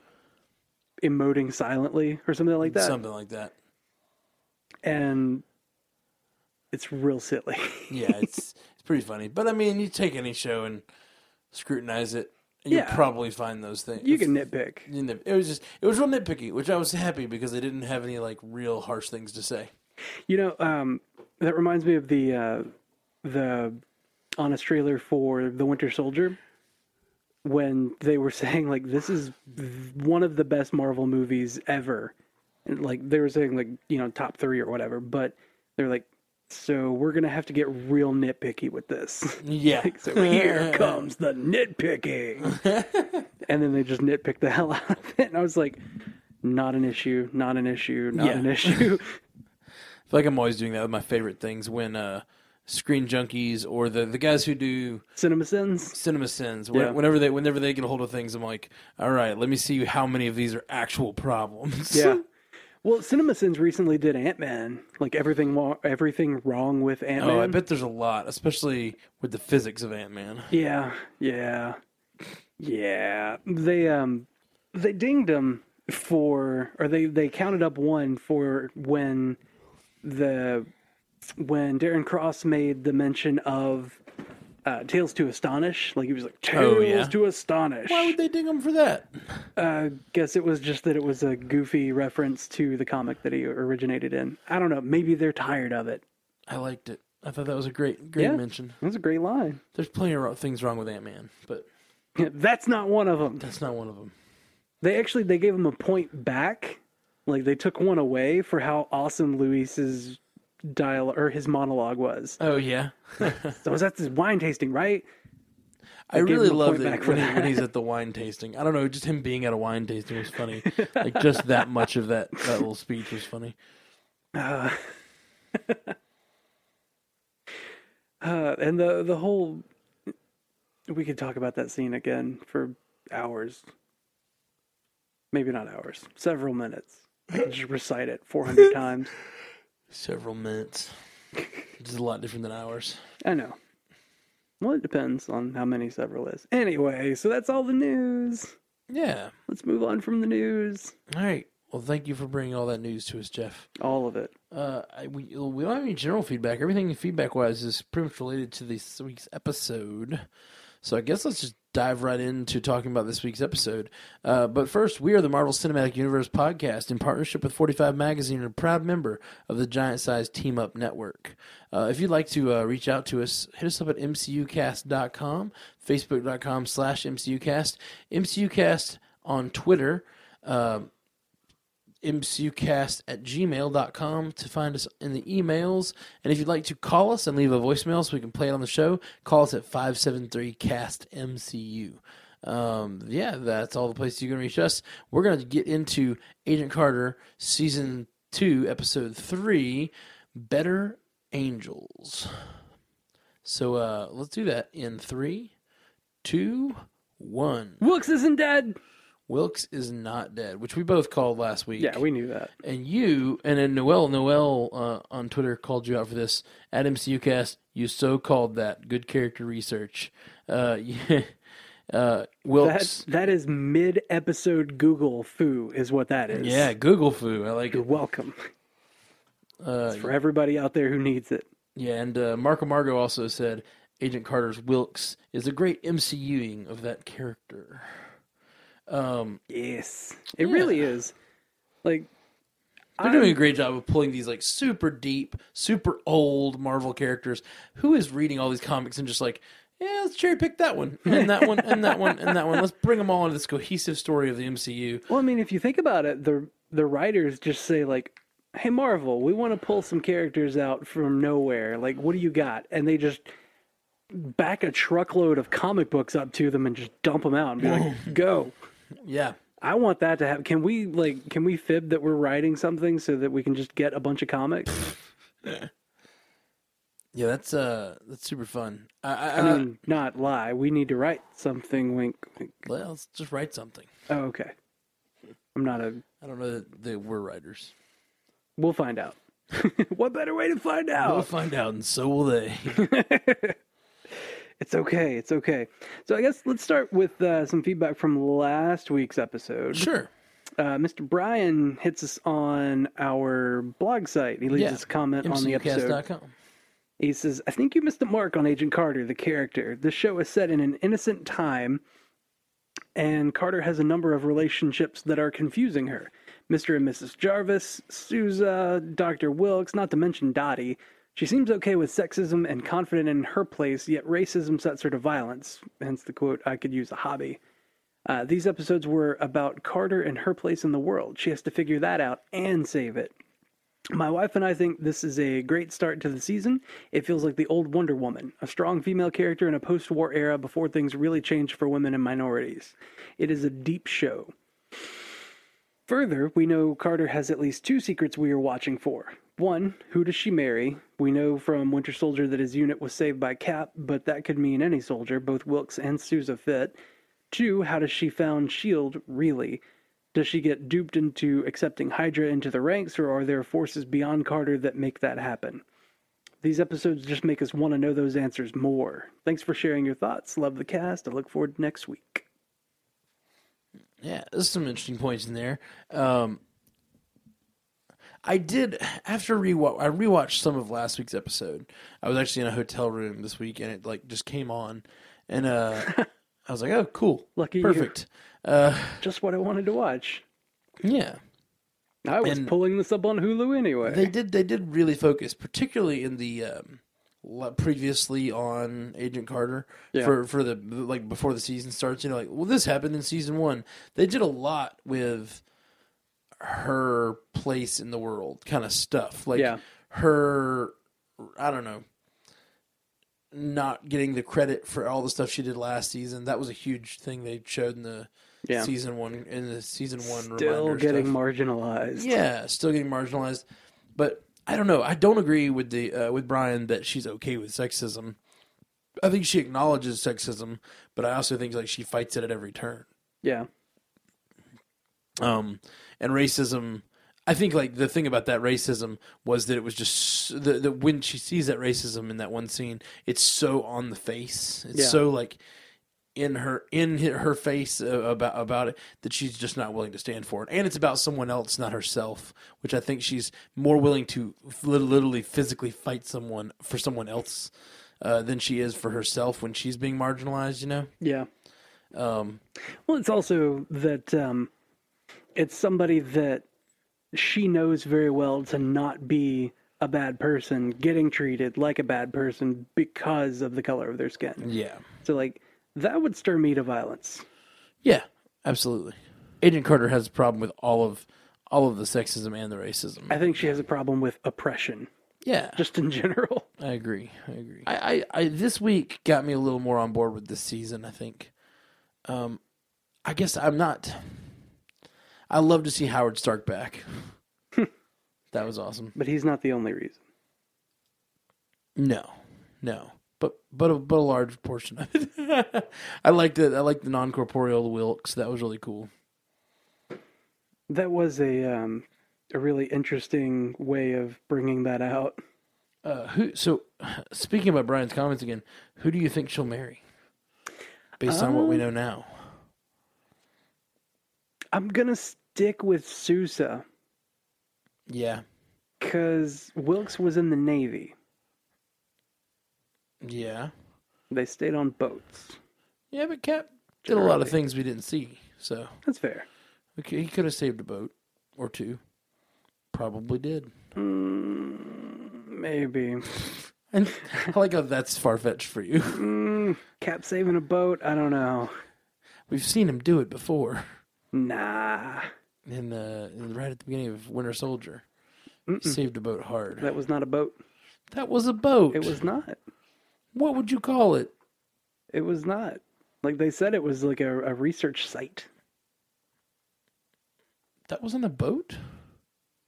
S2: emoting silently or something like that,
S1: Something like that.
S2: and it's real silly. [LAUGHS]
S1: Yeah, it's it's pretty funny. But I mean, you take any show and scrutinize it, and you'll
S2: Yeah.
S1: probably find those things.
S2: you can nitpick.
S1: You nip- It was just it was real nitpicky, which I was happy because they didn't have any like real harsh things to say.
S2: You know, um, that reminds me of the uh, the honest trailer for the Winter Soldier when they were [LAUGHS] saying like this is th- one of the best Marvel movies ever, and like they were saying like you know top three or whatever, but they're like, so we're gonna have to get real nitpicky with this. [LAUGHS]
S1: Yeah.
S2: so
S1: [LAUGHS]
S2: here comes the nitpicking, and then they just nitpick the [LAUGHS] hell out of it, and I was like. Not an issue, not an issue, not
S1: Yeah.
S2: an issue.
S1: feel like I'm always doing that with my favorite things when uh, Screen Junkies or the the guys who do
S2: Cinema sins.
S1: CinemaSins. When,
S2: Yeah.
S1: Whenever they whenever they get a hold of things, I'm like, all right, let me see how many of these are actual problems.
S2: Yeah. Well, CinemaSins recently did Ant Man, like everything, wa- everything wrong with Ant Man.
S1: [LAUGHS] Oh, I bet there's a lot, especially with the physics of Ant Man.
S2: Yeah, yeah, yeah. They um, they dinged him for, or they they counted up one for when the when Darren Cross made the mention of uh, Tales to Astonish. Like he was like Tales
S1: Oh, yeah.
S2: to Astonish.
S1: Why would they dig him for that?
S2: uh, guess it was just that it was a goofy reference to the comic that he originated in. I don't know. Maybe they're tired of it.
S1: I liked it. I thought that was a great, great
S2: Yeah.
S1: mention.
S2: That's a great line.
S1: There's plenty of ro- things wrong with Ant Man, but
S2: That's not one of them.
S1: that's not one of them.
S2: They actually they gave him a point back. Like they took one away for how awesome Luis's dial or his monologue [LAUGHS] was.
S1: Oh yeah,
S2: So was that his wine tasting, right?
S1: I
S2: gave
S1: really
S2: him a
S1: love
S2: point
S1: that
S2: back for
S1: when, he, when
S2: that.
S1: he's at the wine tasting. I don't know, just him being at a wine tasting was funny. like just that much of that that little speech was funny.
S2: Uh, uh, and the the whole we could talk about that scene again for hours. Maybe not hours, several [LAUGHS] minutes. I could just recite it 400 times.
S1: Several minutes. It's a lot different than ours.
S2: I know. Well, it depends on how many several is. Anyway, so that's all the news.
S1: Yeah.
S2: Let's move on from the news.
S1: All right. Well, thank you for bringing all that news to us, Jeff.
S2: All of it.
S1: Uh, I- we we don't have any general feedback. Everything feedback wise is pretty much related to this week's episode. So I guess let's just dive right into talking about this week's episode. Uh, but first, we are the Marvel Cinematic Universe podcast in partnership with 45 Magazine and a proud member of the Giant Size Team Up Network. Uh, if you'd like to uh, reach out to us, hit us up at mcucast.com, facebook.com slash mcucast, mcucast on Twitter. Um, mcucast at gmail.com to find us in the emails. And if you'd like to call us and leave a voicemail so we can play it on the show, call us at 573-CAST-MCU. Um, yeah, that's all the places you can reach us. We're going to get into Agent Carter Season 2, Episode 3, Better Angels. So uh, let's do that in three, two, one.
S2: Wilkes isn't dead.
S1: Wilkes is not dead, which we both called last week
S2: Yeah, we knew that.
S1: and you and then Noel Noel uh, on Twitter called you out for this at MCUcast. You so called that good character research. Uh, [LAUGHS] yeah, uh,
S2: That,
S1: Wilkes,
S2: that is mid episode Google foo, is what that is.
S1: yeah, Google foo. I like
S2: You're
S1: it.
S2: welcome.
S1: Uh,
S2: For everybody out there who needs it.
S1: yeah, and uh, Marco Margo also said Agent Carter's Wilkes is a great MCUing of that character. Um,
S2: Yes. It
S1: Yeah.
S2: really is. Like,
S1: they're doing a great job of pulling these like super deep, super old Marvel characters. Who is reading all these comics and just like, yeah, let's cherry pick that one and that one and that one and that one. Let's bring them all into this cohesive story of the MCU.
S2: well, I mean, if you think about it, the the writers just say, like, hey, Marvel, we want to pull some characters out from nowhere. Like, what do you got? And they just back a truckload of comic books up to them and just dump them out and be like, go.
S1: Yeah,
S2: I want that to happen. Can we like can we fib that we're writing something so that we can just get a bunch of comics?
S1: yeah, that's uh, that's super fun. I, I, I
S2: I mean, not lie. We need to write something. Wink. wink.
S1: well, let's just write something.
S2: Oh, okay. I'm not a.
S1: I don't know that they were writers.
S2: We'll find out. [LAUGHS] what better way to find out?
S1: We'll find out, and so will they.
S2: It's okay. It's okay. So I guess let's start with uh, some feedback from last week's
S1: [LAUGHS]
S2: episode.
S1: sure.
S2: Uh, Mr. Brian hits us on our blog site. He leaves
S1: Yeah.
S2: us a comment on the episode.
S1: MCUcast.com.
S2: He says, I think you missed the mark on Agent Carter, the character. The show is set in an innocent time, and Carter has a number of relationships that are confusing her. Mr. and Mrs. Jarvis, Sousa, Dr. Wilkes, not to mention Dottie. She seems okay with sexism and confident in her place, yet racism sets her to violence. Hence the quote, I could use a hobby. Uh, these episodes were about Carter and her place in the world. She has to figure that out and save it. My wife and I think this is a great start to the season. It feels like the old Wonder Woman, a strong female character in a post war era before things really changed for women and minorities. It is a deep show. Further, we know Carter has at least two secrets we are watching for. One, who does she marry? We know from Winter Soldier that his unit was saved by Cap, but that could mean any soldier, both Wilkes and Sousa fit. Two, how does she found S.H.I.E.L.D. E really? Does she get duped into accepting Hydra into the ranks, or are there forces beyond Carter that make that happen? These episodes just make us want to know those answers more. Thanks for sharing your thoughts. Love the cast. I look forward to next week.
S1: Yeah, there's some interesting points in there. Um, I did after rewatch. I rewatched some of last week's episode. I was actually in a hotel room this week, and it like just came on, and
S2: [LAUGHS]
S1: uh, I was like, "Oh, cool,
S2: Lucky you.
S1: perfect." Uh,
S2: Just what I wanted to watch.
S1: yeah,
S2: I was
S1: And-
S2: pulling this up on Hulu anyway.
S1: they did. They did really focus, particularly in the um, le- previously on Agent Carter
S2: Yeah.
S1: for for the like before the season starts. You know, like well, this happened in season one. They did a lot with her place in the world, kind of stuff. Like
S2: Yeah.
S1: her, I don't know. Not getting the credit for all the stuff she did last season. That was a huge thing they showed in the
S2: Yeah.
S1: season one in the season one
S2: Still
S1: reminder
S2: getting
S1: stuff.
S2: marginalized.
S1: Yeah, still getting marginalized. But I don't know. I don't agree with the uh, with Brian that she's okay with sexism. I think she acknowledges sexism, but I also think like she fights it at every turn.
S2: Yeah.
S1: Um, and racism. I think like the thing about that racism was that it was just s- the, the when she sees that racism in that one scene, it's so on the face. It's
S2: Yeah.
S1: so like in her in her face uh, about about it that she's just not willing to stand for it. And it's about someone else, not herself, which I think she's more willing to f- lit- literally physically fight someone for someone else uh, than she is for herself when she's being marginalized. You know?
S2: Yeah.
S1: Um,
S2: Well, it's also that um, it's somebody that she knows very well to not be a bad person, getting treated like a bad person because of the color of their skin.
S1: yeah.
S2: So, like, that would stir me to violence.
S1: Yeah, absolutely. Agent Carter has a problem with all of all of the sexism and the racism.
S2: I think she has a problem with oppression,
S1: Yeah,
S2: just in [LAUGHS] general.
S1: I agree. I agree. I, I, I this week got me a little more on board with this season. I think. Um, I guess I'm not. I love to see Howard Stark [LAUGHS] back. that was awesome.
S2: But he's not the only reason.
S1: No, no, but but a, but a large portion of it. [LAUGHS] I liked it. I liked the non corporeal Wilkes. That was really cool.
S2: That was a um, a really interesting way of bringing that out.
S1: Uh, who? So, [SIGHS] speaking about Brian's comments again, who do you think she'll marry? Based on
S2: Um,
S1: what we know now,
S2: I'm gonna stick with Sousa
S1: yeah,
S2: because Wilkes was in the Navy.
S1: yeah,
S2: They stayed on boats.
S1: yeah. But Cap did a lot of things we didn't see, so
S2: That's fair.
S1: we c- he could have saved a boat or two. Probably did.
S2: Mm, Maybe.
S1: And [LAUGHS] I like how that's far fetched for you.
S2: Mm, cap saving a boat? I don't know.
S1: We've seen him do it before
S2: Nah.
S1: in the in, right at the beginning of Winter Soldier. He saved a boat hard.
S2: That was not a boat.
S1: That was a boat.
S2: It was not.
S1: What would you call it?
S2: It was not. Like they said, it was like a, a research site.
S1: That wasn't a boat.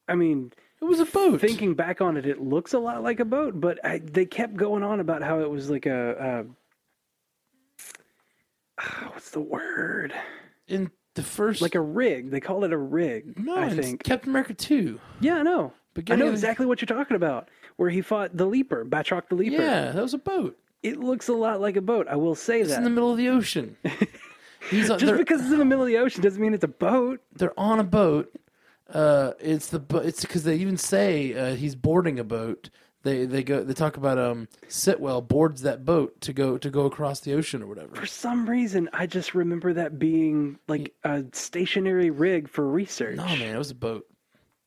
S2: I mean,
S1: It was a boat.
S2: thinking back on it, it looks a lot like a boat, but I, they kept going on about how it was like a. a [SIGHS] what's the word?
S1: in the first
S2: Like a rig. They call it a rig.
S1: No,
S2: I
S1: it's
S2: think.
S1: Captain America two.
S2: Yeah, I know. I
S1: Beginning
S2: know
S1: of-
S2: exactly what you're talking about. Where he fought the leaper, Batroc the leaper.
S1: Yeah, that was a boat.
S2: It looks a lot like a boat. I will say
S1: It's
S2: that.
S1: in the middle of the
S2: [LAUGHS]
S1: ocean. He's on,
S2: Just
S1: they're,
S2: because it's in the middle of the ocean doesn't mean it's a boat.
S1: they're on a boat. Uh, it's the bo- it's because they even say uh, he's boarding a boat. They they go they talk about um Sitwell boards that boat to go to go across the ocean or whatever.
S2: For some reason, I just remember that being like a stationary rig for research.
S1: No man, it was a boat.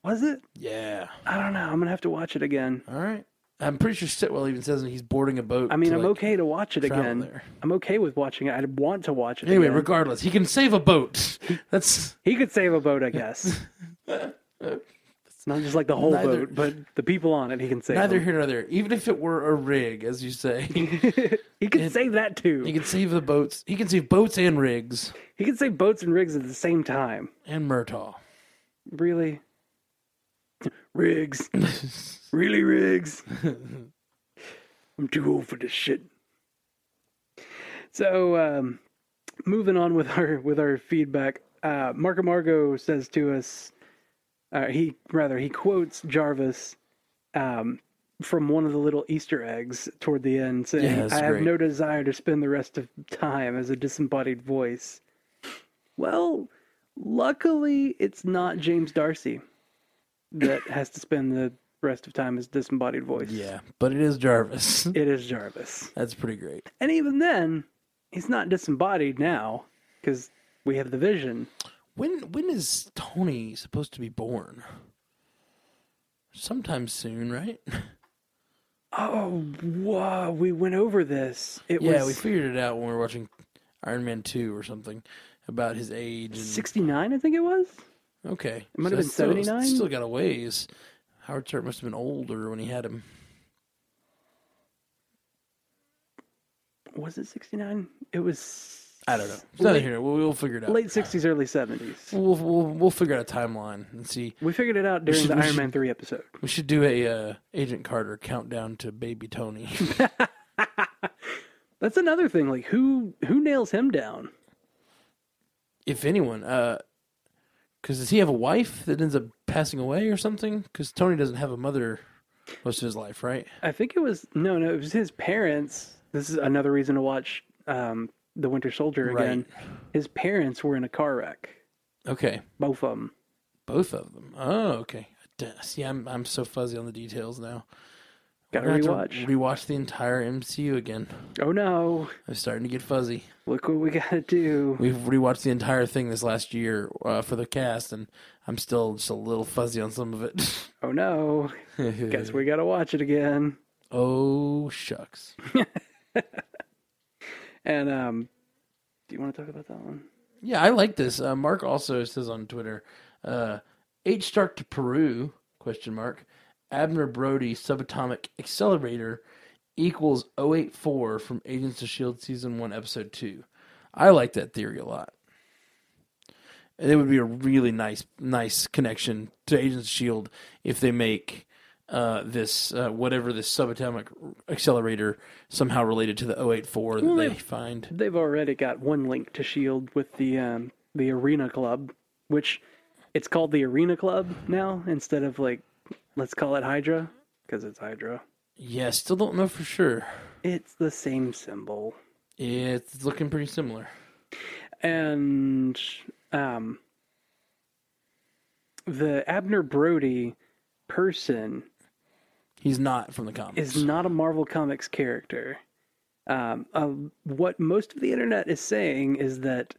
S2: Was it?
S1: Yeah.
S2: I don't know. I'm gonna have to watch it again.
S1: All right. I'm pretty sure Sitwell even says he's boarding a boat.
S2: I mean,
S1: to,
S2: I'm
S1: like,
S2: okay to watch it
S1: travel
S2: again.
S1: there.
S2: I'm okay with watching it. I want to watch it.
S1: Anyway,
S2: again.
S1: regardless, he can save a boat. [LAUGHS] That's
S2: he could save a boat,
S1: [LAUGHS]
S2: I guess. It's not just like the whole
S1: Neither-
S2: boat, but the people on it. He can save.
S1: neither
S2: them.
S1: here nor there. Even if it were a rig, as you say.
S2: [LAUGHS] he could save that too.
S1: He can save the boats. He can save boats and rigs
S2: He could save boats and rigs at the same time.
S1: and Murtaugh. [LAUGHS]
S2: Really? Riggs.
S1: [LAUGHS]
S2: really, Riggs? I'm too old for this shit. So, um, moving on with our with our feedback. uh, Marco Margo says to us, uh, he rather he quotes Jarvis um, from one of the little Easter eggs toward the end, saying,
S1: Yeah, that's
S2: "I have
S1: great.
S2: no desire to spend the rest of time as a disembodied voice." Well, luckily, it's not James Darcy that has to spend the rest of time as disembodied voice.
S1: Yeah, but it is Jarvis. [LAUGHS]
S2: it is Jarvis.
S1: That's pretty great.
S2: And even then, he's not disembodied now because we have the vision.
S1: When when is Tony supposed to be born? Sometime soon, right?
S2: Oh, whoa, we went over this. It
S1: yeah, we
S2: was
S1: figured it out when we were watching Iron Man two or something about his age. And,
S2: 69, I think it was.
S1: okay, it
S2: might have been 79?
S1: Still got a ways. Howard Stern must have been older when he had him.
S2: Was it 69? It was.
S1: I don't know. It's not
S2: Late,
S1: here. We'll, we'll figure it out.
S2: late 60s, early 70s.
S1: We'll, we'll we'll figure out a timeline and see.
S2: We figured it out during
S1: should-
S2: the
S1: we
S2: Iron
S1: should-
S2: Man 3 episode.
S1: We should do a uh, Agent Carter countdown to Baby Tony. [LAUGHS]
S2: That's another thing. Like, who who nails him down?
S1: if anyone, uh, because does he have a wife that ends up passing away or something? Because Tony doesn't have a mother most of his life, right?
S2: I think it was. No, no, it was his parents. This is another reason to watch um, The Winter Soldier again. His parents were in a car wreck,
S1: Okay,
S2: both of them.
S1: both of them. Oh, okay. D- See, I'm I'm so fuzzy on the details now.
S2: Gotta
S1: We're gonna have
S2: rewatch.
S1: To rewatch the entire MCU again.
S2: oh no!
S1: I'm starting to get fuzzy.
S2: Look what we gotta do.
S1: We've rewatched the entire thing this last year uh, for the cast, and I'm still just a little fuzzy on some of it. [LAUGHS]
S2: Oh no! Guess we gotta watch it again.
S1: oh shucks.
S2: And um, do you want to talk about that one?
S1: Yeah, I like this. Uh, Mark also says on Twitter, uh, "H Stark to Peru?" Question mark. Abner Brody subatomic accelerator equals 084 from Agents of Shield E season one episode two. I like that theory a lot. And It would be a really nice, nice connection to Agents of Shield E if they make uh, this uh, whatever this subatomic accelerator somehow related to the 084 that
S2: Well,
S1: they
S2: they-
S1: find.
S2: They've already got one link to Shield E with the um, the Arena Club, which it's called the Arena Club now instead of like let's call it Hydra because it's Hydra.
S1: Yeah, still don't know for sure.
S2: It's the same symbol.
S1: It's looking pretty similar.
S2: and um, the Abner Brody person
S1: He's not from the comics.
S2: is not a Marvel Comics character. Um, uh, what most of the internet is saying is that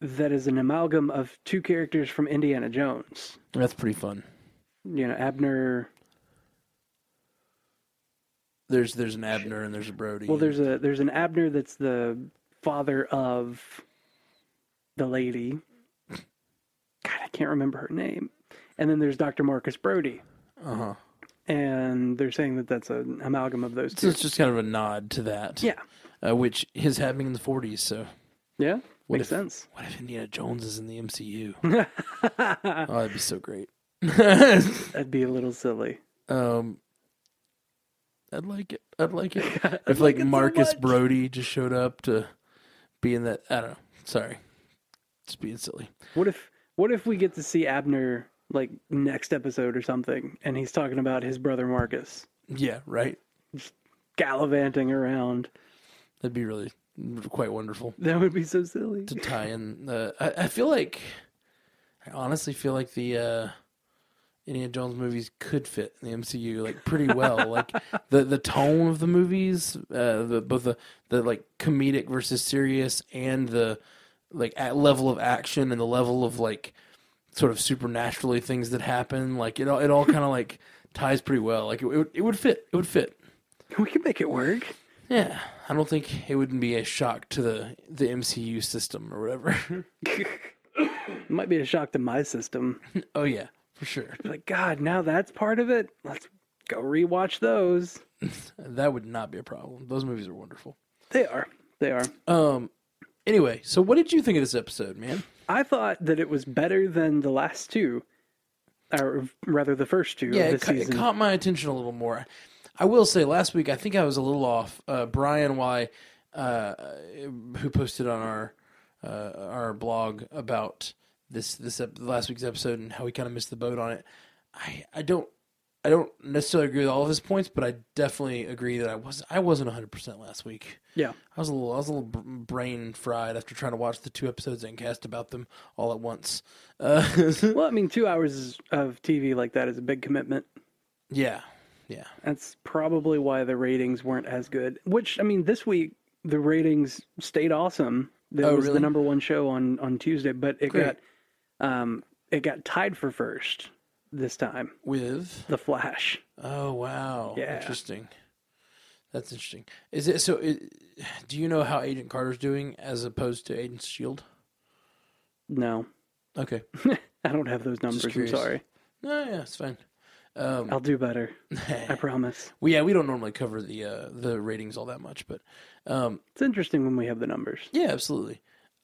S2: that is an amalgam of two characters from Indiana Jones.
S1: That's pretty fun.
S2: You know, Abner.
S1: There's there's an Abner and there's a Brody.
S2: Well, there's a there's an Abner that's the father of the lady. God, I can't remember her name. And then there's Dr. Marcus Brody.
S1: uh huh.
S2: and they're saying that that's an amalgam of those
S1: So
S2: two.
S1: it's just kind of a nod to that.
S2: Yeah,
S1: Uh, which is happening in the 40s. So
S2: yeah,
S1: What
S2: makes
S1: if-
S2: sense. [LAUGHS]
S1: what if Indiana Jones is in the MCU?
S2: Hmm. That'd
S1: oh, that'd be so great. [LAUGHS]
S2: be a little silly.
S1: um, I'd like it. I'd like it.
S2: [LAUGHS] I'd
S1: if
S2: like
S1: like,
S2: it so
S1: Marcus
S2: much.
S1: Brody just showed up to be in that. I don't know. Sorry, just being silly.
S2: What if what if we get to see Abner like next episode or something, and he's talking about his brother Marcus
S1: Yeah. Right.
S2: gallivanting around?
S1: That'd be really quite wonderful.
S2: That would be so silly.
S1: to tie in the I, I feel like I honestly feel like the uh Indiana Jones movies could fit in the MCU like pretty well. like the the tone of the movies, uh the both the the like comedic versus serious and the like at level of action and the level of like sort of supernaturally things that happen, like it all it all kind of like ties pretty well. Like it, it would- it would fit. It would fit.
S2: We can make it work.
S1: Yeah. I don't think it wouldn't be a shock to the the MCU system or whatever. [LAUGHS]
S2: It might be a shock to my system.
S1: Oh yeah, for sure. [LAUGHS]
S2: Like God, now that's part of it. Let's go rewatch those.
S1: That would not be a problem. Those movies are wonderful.
S2: They are. They are.
S1: Um anyway, so what did you think of this episode, man?
S2: I thought that it was better than the last two, or rather the first two
S1: Yeah,
S2: of
S1: it,
S2: this
S1: ca- it
S2: season.
S1: caught my attention a little more. I will say last week I think I was a little off. Uh Brian Y uh who posted on our uh, our blog about this this ep- last week's episode and how we kind of missed the boat on it. I I don't I don't necessarily agree with all of his points, but I definitely agree that I was I wasn't 100 percent last week.
S2: Yeah.
S1: I was a little I was a little br- brain fried after trying to watch the two episodes and cast about them all at once. Uh, [LAUGHS]
S2: Well, I mean, two hours of TV like that is a big commitment.
S1: yeah, yeah.
S2: That's probably why the ratings weren't as good. Which I mean, this week the ratings stayed awesome. That
S1: Oh,
S2: was
S1: really?
S2: the number one show on on Tuesday, but it
S1: Great.
S2: got um it got tied for first this time.
S1: With
S2: The Flash.
S1: Oh wow!
S2: Yeah.
S1: interesting. That's interesting. Is it so? It, do you know how Agent Carter's doing as opposed to Agent Shield?
S2: No,
S1: E Okay,
S2: I don't have those numbers. I'm
S1: curious.
S2: sorry.
S1: no, yeah, it's fine.
S2: [LAUGHS]
S1: Um, [LAUGHS]
S2: I'll do better. I promise.
S1: we yeah, we don't normally cover the uh, the ratings all that much, but um,
S2: It's interesting when we have the numbers.
S1: yeah, absolutely.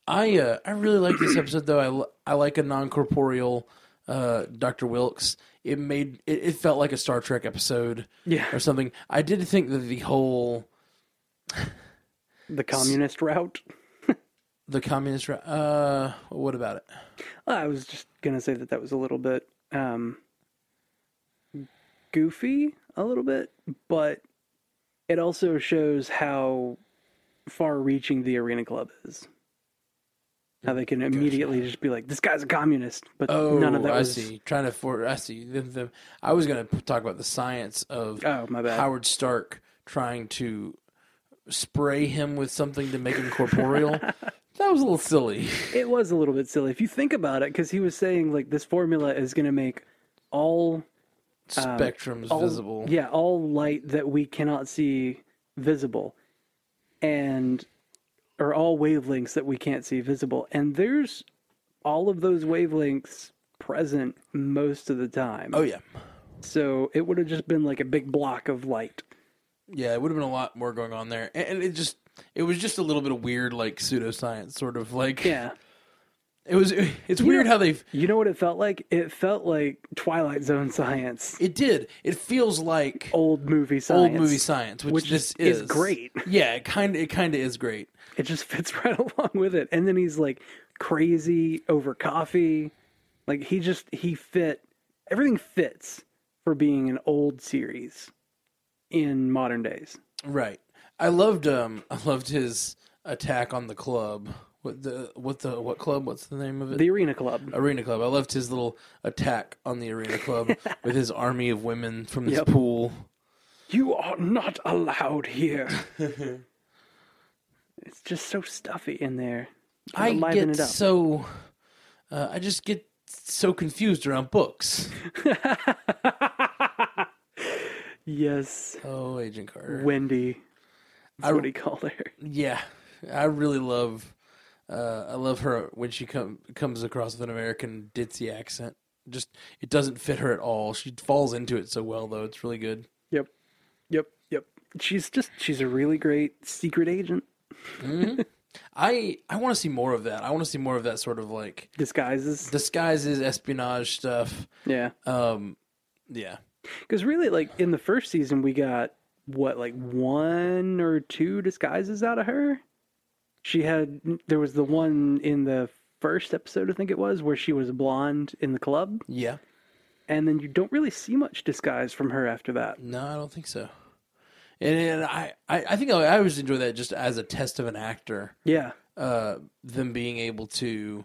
S1: I uh, I really like this episode though. I, l- I like a non corporeal uh, Doctor Wilkes. It made it, it felt like a Star Trek episode
S2: Yeah,
S1: or something. I did think that the whole
S2: the communist route. [LAUGHS]
S1: the communist ra- uh what about it?
S2: I was just gonna say that that was a little bit um, goofy, a little bit, but it also shows how far-reaching the Arena Club is. How they can immediately just be like, "This guy's a communist," but
S1: Oh,
S2: none of that
S1: I
S2: was.
S1: see. Trying to for I see. The, the, I was going to talk about the science of
S2: Oh my bad.
S1: Howard Stark trying to spray him with something to make him corporeal.
S2: [LAUGHS]
S1: that was a little silly.
S2: It was a little bit silly if you think about it, because he was saying like this formula is going to make all
S1: Spectrums
S2: all-
S1: visible.
S2: Um, oh, Yeah, all light that we cannot see visible, and or all wavelengths that we can't see visible. And there's all of those wavelengths present most of the time.
S1: Oh yeah,
S2: So it would have just been like a big block of light.
S1: yeah. It would have been a lot more going on there, and, and it just it was just a little bit of weird, like pseudoscience, sort of like
S2: Yeah.
S1: [LAUGHS] It was. It's weird how they've
S2: You know what it felt like? It felt like Twilight Zone science,
S1: it did. It feels like
S2: old movie Oh, science.
S1: old movie science, which,
S2: which
S1: this
S2: is
S1: is,
S2: great. [LAUGHS]
S1: Yeah, it kind it kind of is great.
S2: It just [LAUGHS] fits right along with it. And then he's like crazy over coffee. Like he just he fit everything fits for being an old series in modern days.
S1: Right. I loved um I loved his attack on the club. What the what the what club? What's the name of it?
S2: The Arena Club.
S1: Arena Club. I loved his little attack on the Arena
S2: [LAUGHS]
S1: Club with his army of women from this
S2: Yep.
S1: pool.
S2: You are not allowed here. it's just so stuffy in there. Gotta
S1: I
S2: liven
S1: get
S2: it up.
S1: so uh, I just get so confused around books.
S2: yes,
S1: Oh, Agent Carter.
S2: Wendy. That's what he called her.
S1: Yeah, I really love uh, I love her when she come, comes across with an American ditzy accent. Just it doesn't fit her at all. She falls into it so well though. It's really good.
S2: Yep. Yep. Yep. She's just she's a really great secret agent.
S1: Mm-hmm. [LAUGHS] I I want to see more of that. I want to see more of that sort of like
S2: Disguises.
S1: disguises, espionage stuff.
S2: Yeah.
S1: Um, yeah,
S2: Because really, like in the first season, we got what like one or two disguises out of her. She had there was the one in the first episode, I think it was, where she was blonde in the club,
S1: yeah.
S2: and then you don't really see much disguise from her after that.
S1: No, I don't think so. And, and I, I I think I I always enjoy that just as a test of an actor.
S2: Yeah,
S1: uh, them being able to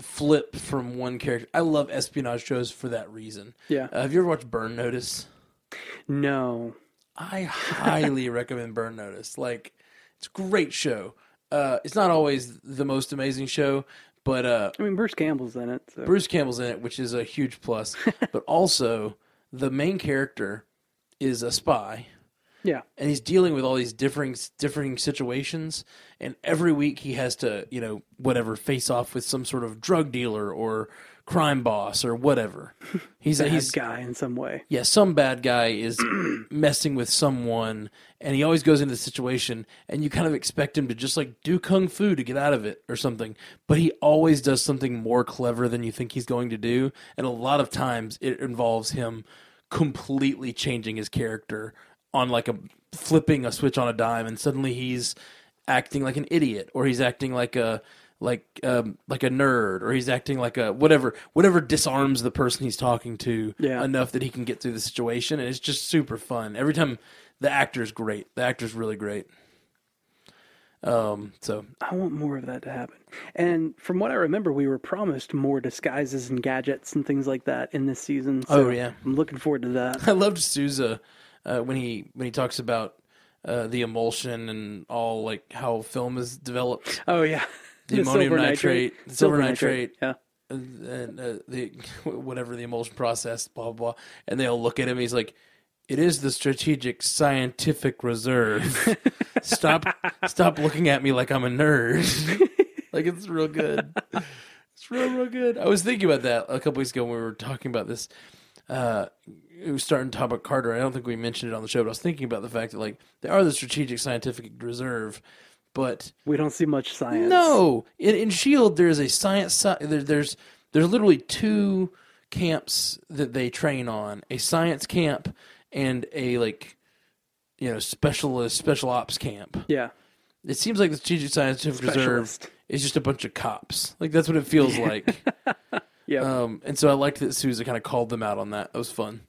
S1: flip from one character. I love espionage shows for that reason.
S2: yeah.
S1: Uh, have you ever watched Burn Notice?
S2: No,
S1: I highly recommend Burn Notice. Like, it's a great show. Uh, it's not always the most amazing show, but uh,
S2: I mean Bruce Campbell's in it. So.
S1: Bruce Campbell's in it, which is a huge plus. but also, the main character is a spy
S2: Yeah,
S1: and he's dealing with all these differing differing situations and every week he has to you know whatever face off with some sort of drug dealer or crime boss or whatever he's
S2: bad
S1: he's
S2: guy in some way.
S1: yeah some bad guy is [CLEARS THROAT] messing with someone and he always goes into the situation and you kind of expect him to just like do kung fu to get out of it or something but he always does something more clever than you think he's going to do and a lot of times it involves him completely changing his character on like a flipping a switch on a dime and suddenly he's acting like an idiot or he's acting like a like um, like a nerd or he's acting like a whatever whatever disarms the person he's talking to
S2: Yeah.
S1: enough that he can get through the situation and it's just super fun every time the actor's great the actor's really great um so [LAUGHS]
S2: I want more of that to happen. And from what I remember, we were promised more disguises and gadgets and things like that in this season. So
S1: Oh, yeah.
S2: I'm looking forward to that.
S1: I loved Souza uh, when he when he talks about uh, the emulsion and all like how film is developed
S2: Oh yeah,
S1: [LAUGHS] The ammonium nitrate, the silver nitrate.
S2: Yeah,
S1: and, and uh, the [LAUGHS] whatever the emulsion process, blah blah blah, and they all look at him. He's like, "It is the strategic scientific reserve." stop, stop looking at me like I'm a nerd. [LAUGHS] like it's real good. It's real, real good. I was thinking about that a couple weeks ago when we were talking about this. Uh, we were starting to talk about Carter. I don't think we mentioned it on the show, but I was thinking about the fact that like they are the strategic scientific reserve, but
S2: we don't see much science.
S1: no, in, in Shield there is a science. si- There, there's there's literally two camps that they train on: a science camp and a like, you know, specialist special ops camp.
S2: Yeah,
S1: It seems like the Strategic Scientific Reserve
S2: Specialist.
S1: is just a bunch of cops. Like that's what it feels
S2: [LAUGHS]
S1: like.
S2: Yep.
S1: Um, and so I liked that Sousa kind of called them out on that. That was
S2: [CLEARS THROAT]
S1: fun.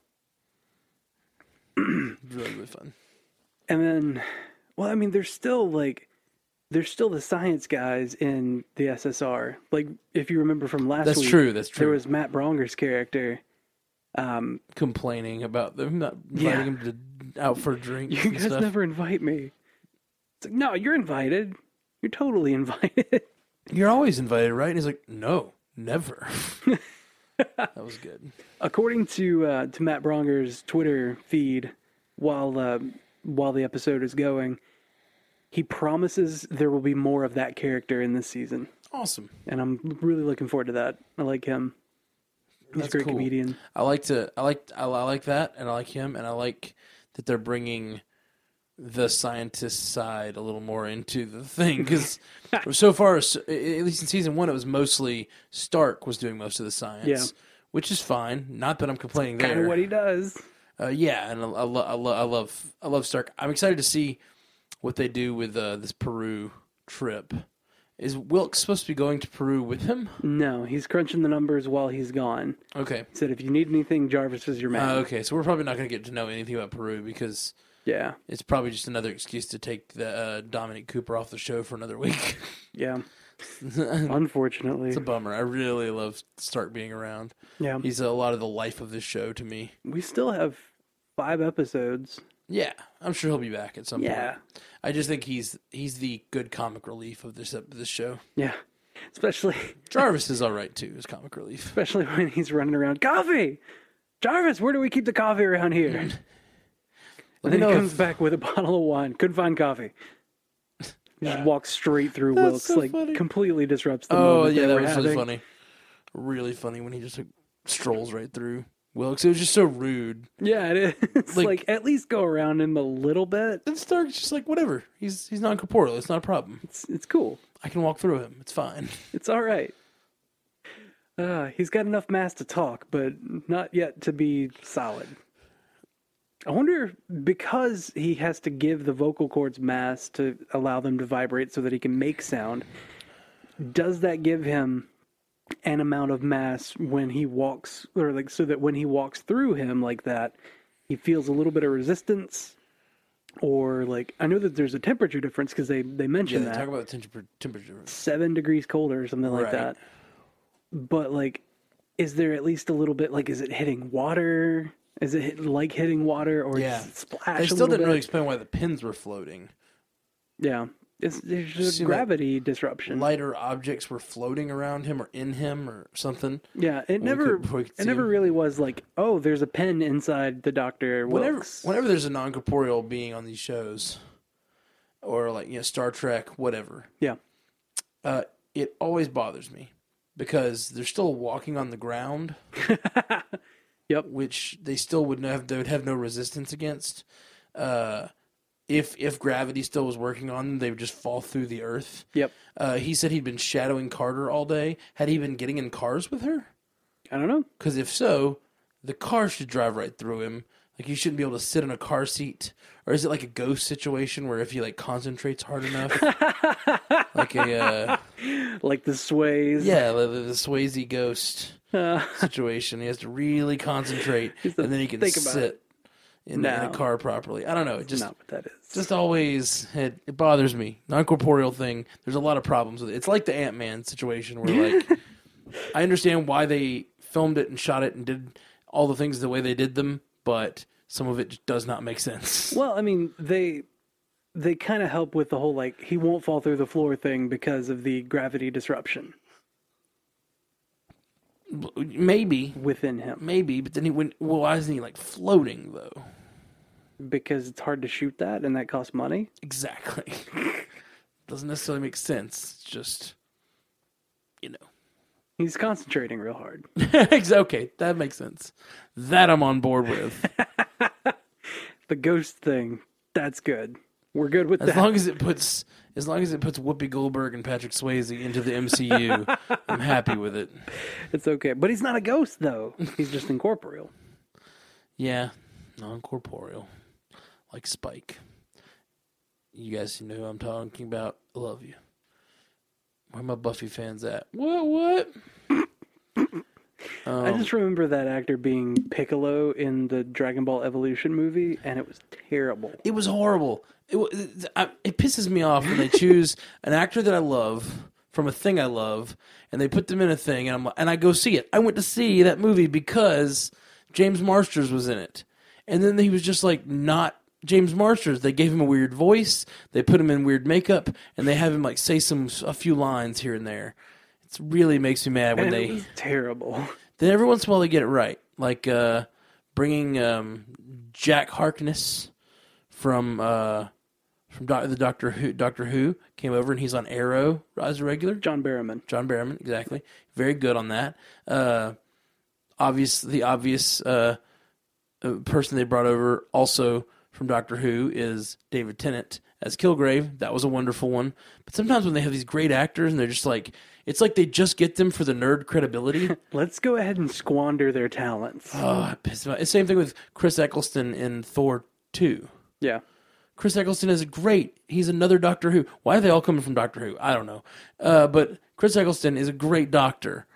S1: really, really fun.
S2: and then, well, I mean, there's still like, there's still the science guys in the SSR. Like, if you remember from last
S1: That's
S2: week,
S1: true. That's
S2: there
S1: true.
S2: was Matt Bronger's character. Um,
S1: Complaining about them not
S2: Yeah.
S1: inviting them to, out for drinks
S2: [LAUGHS] you
S1: and
S2: guys
S1: stuff.
S2: never invite me. It's like, no, you're invited. You're totally [LAUGHS] invited.
S1: You're always invited, right? And he's like, no, never. [LAUGHS] that was good.
S2: According to uh, to Matt Bronger's Twitter feed, while uh, while the episode is going, he promises there will be more of that character in this season,
S1: Awesome.
S2: and I'm really looking forward to that. I like him; he's
S1: That's
S2: a great
S1: cool.
S2: comedian.
S1: I like to. I like. I, I like that, and I like him, and I like that they're bringing the scientist side a little more into the thing because so far, s- at least in season one, it was mostly Stark was doing most of the science,
S2: Yeah.
S1: which is fine. Not that I'm complaining there.
S2: Kind of what he does.
S1: Uh, yeah, and I, I, lo- I, lo- I love I love Stark. I'm excited to see what they do with uh, this Peru trip. Is Wilkes supposed to be going to Peru with him?
S2: No, he's crunching the numbers while he's gone.
S1: Okay.
S2: He said, "If you need anything, Jarvis is your man."
S1: Uh, okay, so we're probably not going to get to know anything about Peru because
S2: yeah,
S1: it's probably just another excuse to take the uh, Dominic Cooper off the show for another week.
S2: yeah.
S1: it's
S2: Unfortunately,
S1: a bummer. I really love Stark being around.
S2: yeah.
S1: He's a lot of the life of this show to me.
S2: We still have five episodes.
S1: Yeah, I'm sure he'll be back at some
S2: Yeah.
S1: point. I just think he's he's the good comic relief of this of this show.
S2: Yeah, especially
S1: Jarvis is all right too. Is comic relief.
S2: especially [LAUGHS] when he's running around. Coffee, Jarvis, where do we keep the coffee around here?
S1: [LAUGHS]
S2: And
S1: Let me
S2: then he
S1: know.
S2: comes
S1: if-
S2: back with a [LAUGHS] bottle of wine. Couldn't find coffee. He just walks straight through
S1: That's
S2: Wilkes,
S1: so
S2: like
S1: funny.
S2: completely disrupts the
S1: oh
S2: moment
S1: yeah,
S2: they
S1: that
S2: were
S1: was really
S2: having.
S1: funny. Really funny when he just like, strolls right through Wilkes. It was just so rude.
S2: Yeah, it is. [LAUGHS]
S1: Like-
S2: Like, at least go around him a little bit.
S1: And Stark's just like whatever. He's he's non corporeal. It's not a problem.
S2: It's it's cool.
S1: I can walk through him. It's fine.
S2: It's all right. Uh, he's got enough mass to talk, but not yet to be solid. I wonder because he has to give the vocal cords mass to allow them to vibrate so that he can make sound. Does that give him an amount of mass when he walks, or like so that when he walks through him like that, he feels a little bit of resistance? Or like I know that there's a temperature difference because they they
S1: Yeah,
S2: mention
S1: they
S2: that
S1: talk about the temperature temperature difference.
S2: seven degrees colder or something like
S1: Right.
S2: that. But like, is there at least a little bit like, is it hitting water? Is it hit, like hitting water or
S1: Yeah.
S2: yeah. splash?
S1: They
S2: a
S1: still
S2: little
S1: didn't
S2: bit?
S1: really explain why the pins were floating.
S2: Yeah, it's, there's just
S1: See, like,
S2: gravity disruption.
S1: Lighter objects were floating around him or in him or something.
S2: yeah, it
S1: we
S2: never,
S1: could- we could
S2: it
S1: see
S2: never
S1: him.
S2: really was like, oh, there's a pen inside the doctor.
S1: Whenever
S2: Wilkes.
S1: whenever there's a non corporeal being on these shows, or like you know Star Trek, whatever,
S2: yeah,
S1: uh, it always bothers me because they're still walking on the ground.
S2: Yep.
S1: Which they still would have they would have no resistance against. Uh, if if gravity still was working on them, they would just fall through the earth.
S2: yep.
S1: Uh, he said he'd been shadowing Carter all day. Had he been getting in cars with her?
S2: I don't know.
S1: Because if so, the car should drive right through him. Like you shouldn't be able to sit in a car seat, or is it like a ghost situation where if he like concentrates hard enough, like a uh,
S2: like the sways.
S1: yeah, the, the Swayze
S2: [LAUGHS]
S1: ghost situation. He has to really concentrate,
S2: to
S1: and then he can
S2: think about
S1: sit in, the, in
S2: No.
S1: the car properly. I don't know. It just
S2: not what that is.
S1: just always it, it bothers me. Non corporeal thing. There's a lot of problems with it. It's like the Ant Man situation where
S2: [LAUGHS]
S1: like I understand why they filmed it and shot it and did all the things the way they did them, but some of it just does not make sense. [LAUGHS]
S2: Well, I mean, they they kind of help with the whole like he won't fall through the floor thing because of the gravity disruption
S1: Maybe,
S2: within him
S1: maybe, but then he went. Well, why isn't he like floating though?
S2: because it's hard to shoot that and that costs money.
S1: Exactly. [LAUGHS] Doesn't necessarily make sense. It's just you know. [LAUGHS]
S2: He's concentrating real hard.
S1: Ex- okay, that makes sense. That I'm on board with.
S2: The ghost thing, that's good. We're good with
S1: As
S2: that.
S1: long as it puts as long as it puts Whoopi Goldberg and Patrick Swayze into the MCU, I'm happy with it.
S2: It's okay. But he's not a ghost though. He's just incorporeal.
S1: Yeah, non corporeal, like Spike. You guys know who I'm talking about. I love you. Where my Buffy fans at? What? Um, What? Oh.
S2: I just remember that actor being Piccolo in the Dragon Ball Evolution movie and it was terrible.
S1: It was horrible. It, wa- it, I- it pisses me off when they choose an actor that I love from a thing I love, and they put them in a thing, and I'm like- and I go see it. I went to see that movie because James Marsters was in it, and then he was just like not James Marsters. They gave him a weird voice, they put him in weird makeup, and they have him like say some a few lines here and there. It really makes me mad when
S2: And
S1: they
S2: it was terrible.
S1: then every once in a while they get it right, like uh, bringing um, Jack Harkness from uh, from doc- the Doctor Who. Doctor Who came over and he's on Arrow as a regular.
S2: John Barrowman.
S1: John Barrowman, exactly, very good on that. Uh, obvious, the obvious uh, uh, person they brought over also from Doctor Who is David Tennant as Kilgrave. That was a wonderful one. But sometimes when they have these great actors and they're just like, it's like they just get them for the nerd credibility.
S2: Let's go ahead and squander their talents.
S1: Oh, it pissed me off. Same thing with Chris Eccleston in Thor 2.
S2: Yeah.
S1: Chris Eccleston is great. He's another Doctor Who. Why are they all coming from Doctor Who? I don't know. Uh, but Chris Eccleston is a great doctor.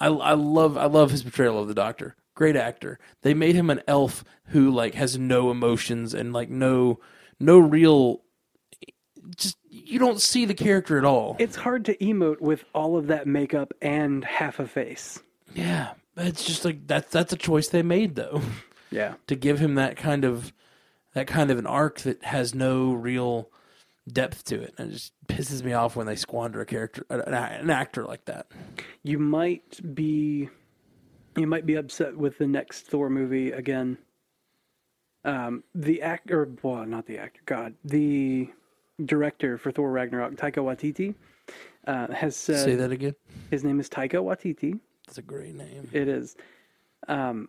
S1: I, I love I love his portrayal of the Doctor. Great actor. They made him an elf who like has no emotions and like no no real. Just you don't see the character at all.
S2: It's hard to emote with all of that makeup and half a face.
S1: yeah, it's just like that's that's a choice they made though.
S2: Yeah.
S1: to give him that kind of that kind of an arc that has no real depth to it. And it just pisses me off when they squander a character, an, an actor like that.
S2: You might be you might be upset with the next Thor movie again. Um the actor well, not the actor, God. The director for Thor Ragnarok, Taika Waititi, uh, has said
S1: Say that again.
S2: his name is Taika Waititi.
S1: That's a great name.
S2: It is. Um,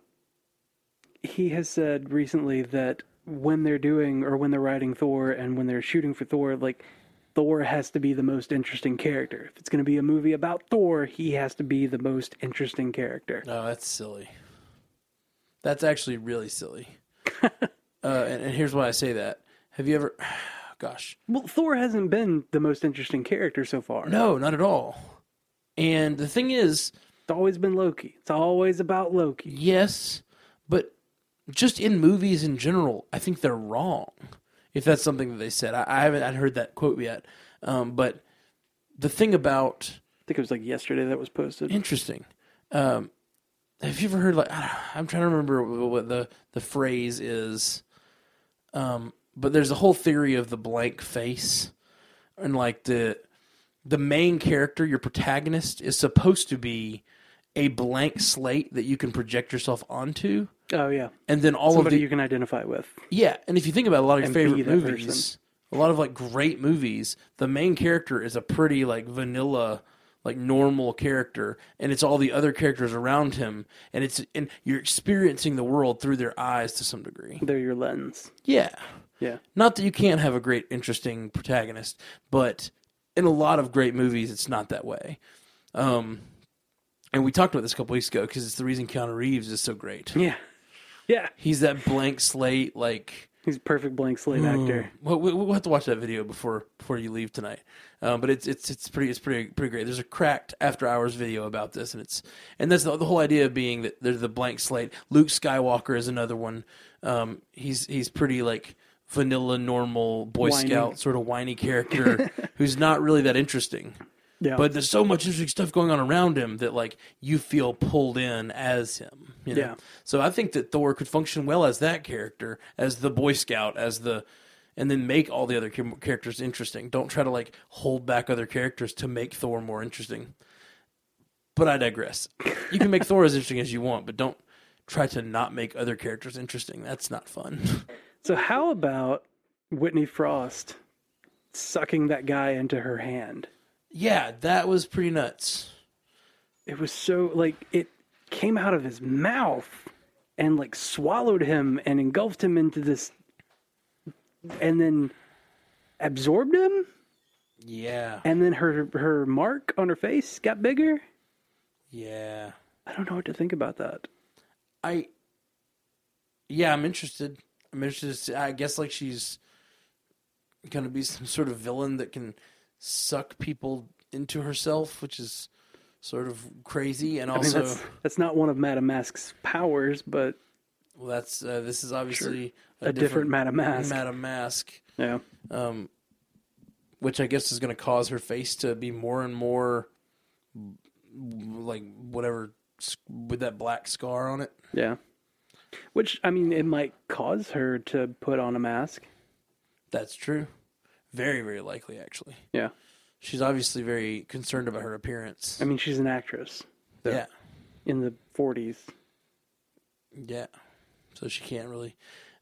S2: he has said recently that when they're doing or when they're writing Thor and when they're shooting for Thor, like Thor has to be the most interesting character. If it's going to be a movie about Thor, he has to be the most interesting character.
S1: No, Oh, that's silly. That's actually really [LAUGHS] silly. uh, and, and here's why I say that. Have you ever? [SIGHS] Gosh,
S2: Well, Thor hasn't been the most interesting character so far.
S1: no, not at all. And the thing is,
S2: It's always been Loki. It's always about Loki.
S1: Yes, but just in movies in general, I think they're wrong. If that's something that they said, I, I haven't I'd heard that quote yet. Um, but the thing about
S2: I think it was like yesterday that was posted.
S1: interesting. Um, have you ever heard like [SIGHS] I don't- I'm trying to remember wh- what the the phrase is, um, but there's a whole theory of the blank face, and like the the main character, your protagonist, is supposed to be a blank slate that you can project yourself onto
S2: Oh yeah,
S1: and then all
S2: somebody
S1: of the
S2: you can identify with.
S1: yeah and if you think about it, a lot of your
S2: And be
S1: favorite
S2: that
S1: movies
S2: person.
S1: a lot of like great movies the main character is a pretty like vanilla like normal character and it's all the other characters around him and it's and you're experiencing the world through their eyes to some degree
S2: They're your lens.
S1: yeah
S2: Yeah.
S1: not that you can't have a great interesting protagonist but in a lot of great movies it's not that way um and we talked about this a couple weeks ago because it's the reason Keanu Reeves is so great.
S2: Yeah. [LAUGHS] Yeah,
S1: He's that blank slate. Like
S2: he's a perfect blank slate actor.
S1: we'll, we'll we'll have to watch that video before before you leave tonight. Um, but it's it's it's pretty it's pretty pretty great. There's a cracked after hours video about this, and it's and that's the, the whole idea being that there's the blank slate. Luke Skywalker is another one. Um, he's he's pretty like vanilla normal Boy
S2: Whiny.
S1: Scout sort of whiny character [LAUGHS] who's not really that interesting.
S2: Yeah,
S1: But there's so much interesting stuff going on around him that like you feel pulled in as him. you know?
S2: Yeah.
S1: So I think that Thor could function well as that character, as the Boy Scout, as the, and then make all the other char- characters interesting. Don't try to like hold back other characters to make Thor more interesting. But I digress. You can make Thor as interesting as you want, but don't try to not make other characters interesting. That's not fun. [LAUGHS]
S2: so how about Whitney Frost sucking that guy into her hand?
S1: yeah, that was pretty nuts.
S2: It was so like it came out of his mouth and like swallowed him and engulfed him into this, and then absorbed him.
S1: Yeah.
S2: And then her her mark on her face got bigger.
S1: Yeah.
S2: I don't know what to think about that.
S1: I yeah, I'm interested. I'm interested. To see, I guess like she's going to be [LAUGHS] some sort of villain that can suck people into herself, which is sort of crazy. And
S2: I mean,
S1: also,
S2: that's that's not one of Madame Mask's powers, but
S1: well, that's uh, this is obviously
S2: a, different, Madame Mask.
S1: Madam Mask,
S2: yeah,
S1: um, which I guess is going to cause her face to be more and more like whatever s- with that black scar on it.
S2: yeah. Which I mean, it might cause her to put on a mask.
S1: That's true. Very, very likely, actually.
S2: Yeah,
S1: She's obviously very concerned about her appearance.
S2: I mean, she's an actress so-
S1: Yeah,
S2: in the '40s.
S1: yeah. So she can't really.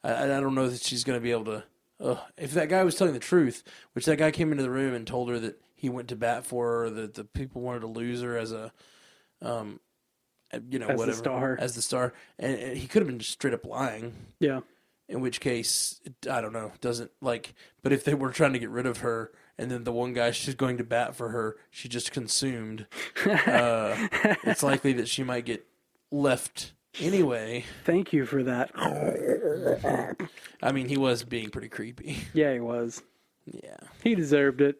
S1: I, I I don't know that she's going to be able to. Uh, if that guy was telling the truth, which that guy came into the room and told her that he went to bat for her, that the people wanted to lose her as a, um, uh, you know,
S2: As the
S1: whatever
S2: star.
S1: as the star, and, and he could have been just straight up lying.
S2: Yeah,
S1: In which case, it- I don't know. Doesn't like. But if they were trying to get rid of her, and then the one guy she's going to bat for her, she just consumed. Uh, it's likely that she might get left anyway.
S2: thank you for that.
S1: I mean, he was being pretty creepy.
S2: Yeah, he was.
S1: Yeah.
S2: He deserved it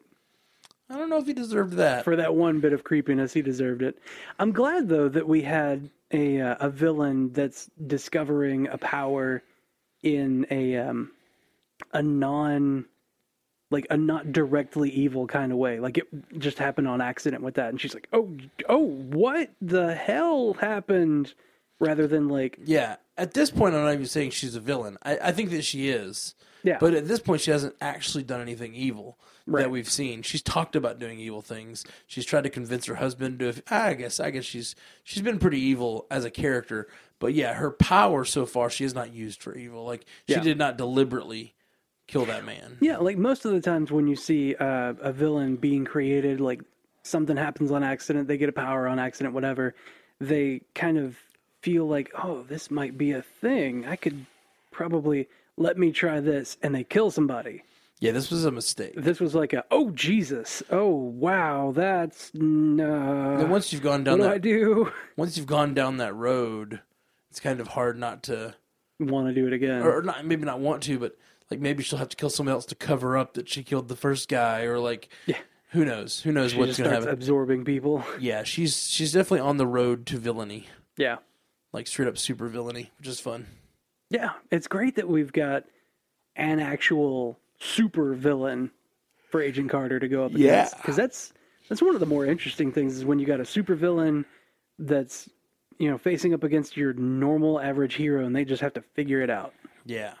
S1: I don't know if he deserved that.
S2: for that one bit of creepiness. He deserved it. I'm glad though that we had a uh, a villain that's discovering a power in a um a non like a not directly evil kind of way. Like it just happened on accident with that, and she's like, "Oh, oh, what the hell happened?" Rather than like,
S1: yeah. At this point, I'm not even saying she's a villain. I, I think that she is.
S2: yeah,
S1: But at this point, she hasn't actually done anything evil
S2: Right.
S1: that we've seen. She's talked about doing evil things. She's tried to convince her husband to. I guess. I guess she's she's been pretty evil as a character. But yeah, her power so far, she has not used for evil. Like she
S2: Yeah.
S1: did not deliberately kill that man.
S2: Yeah, like most of the times when you see uh, a villain being created, like something happens on accident, they get a power on accident, whatever, they kind of feel like, oh, this might be a thing. I could probably let me try this, and they kill somebody.
S1: Yeah, this was a mistake.
S2: This was like a, oh, Jesus. Oh, wow, that's no.
S1: And once you've gone
S2: what
S1: down
S2: do
S1: that
S2: I do? [LAUGHS]
S1: once you've gone down that road, it's kind of hard not to,
S2: Want to do it again.
S1: or not maybe not want to, but like maybe she'll have to kill someone else to cover up that she killed the first guy, or like,
S2: Yeah.
S1: who knows? Who knows
S2: she
S1: what's
S2: just
S1: gonna
S2: starts
S1: happen?
S2: absorbing people.
S1: Yeah, she's she's definitely on the road to villainy,
S2: Yeah.
S1: like straight up super villainy, which is fun.
S2: Yeah, it's great that we've got an actual super villain for Agent Carter to go up
S1: Yeah.
S2: against. because that's that's one of the more interesting things is when you got a super villain that's you know facing up against your normal average hero and they just have to figure it out.
S1: Yeah,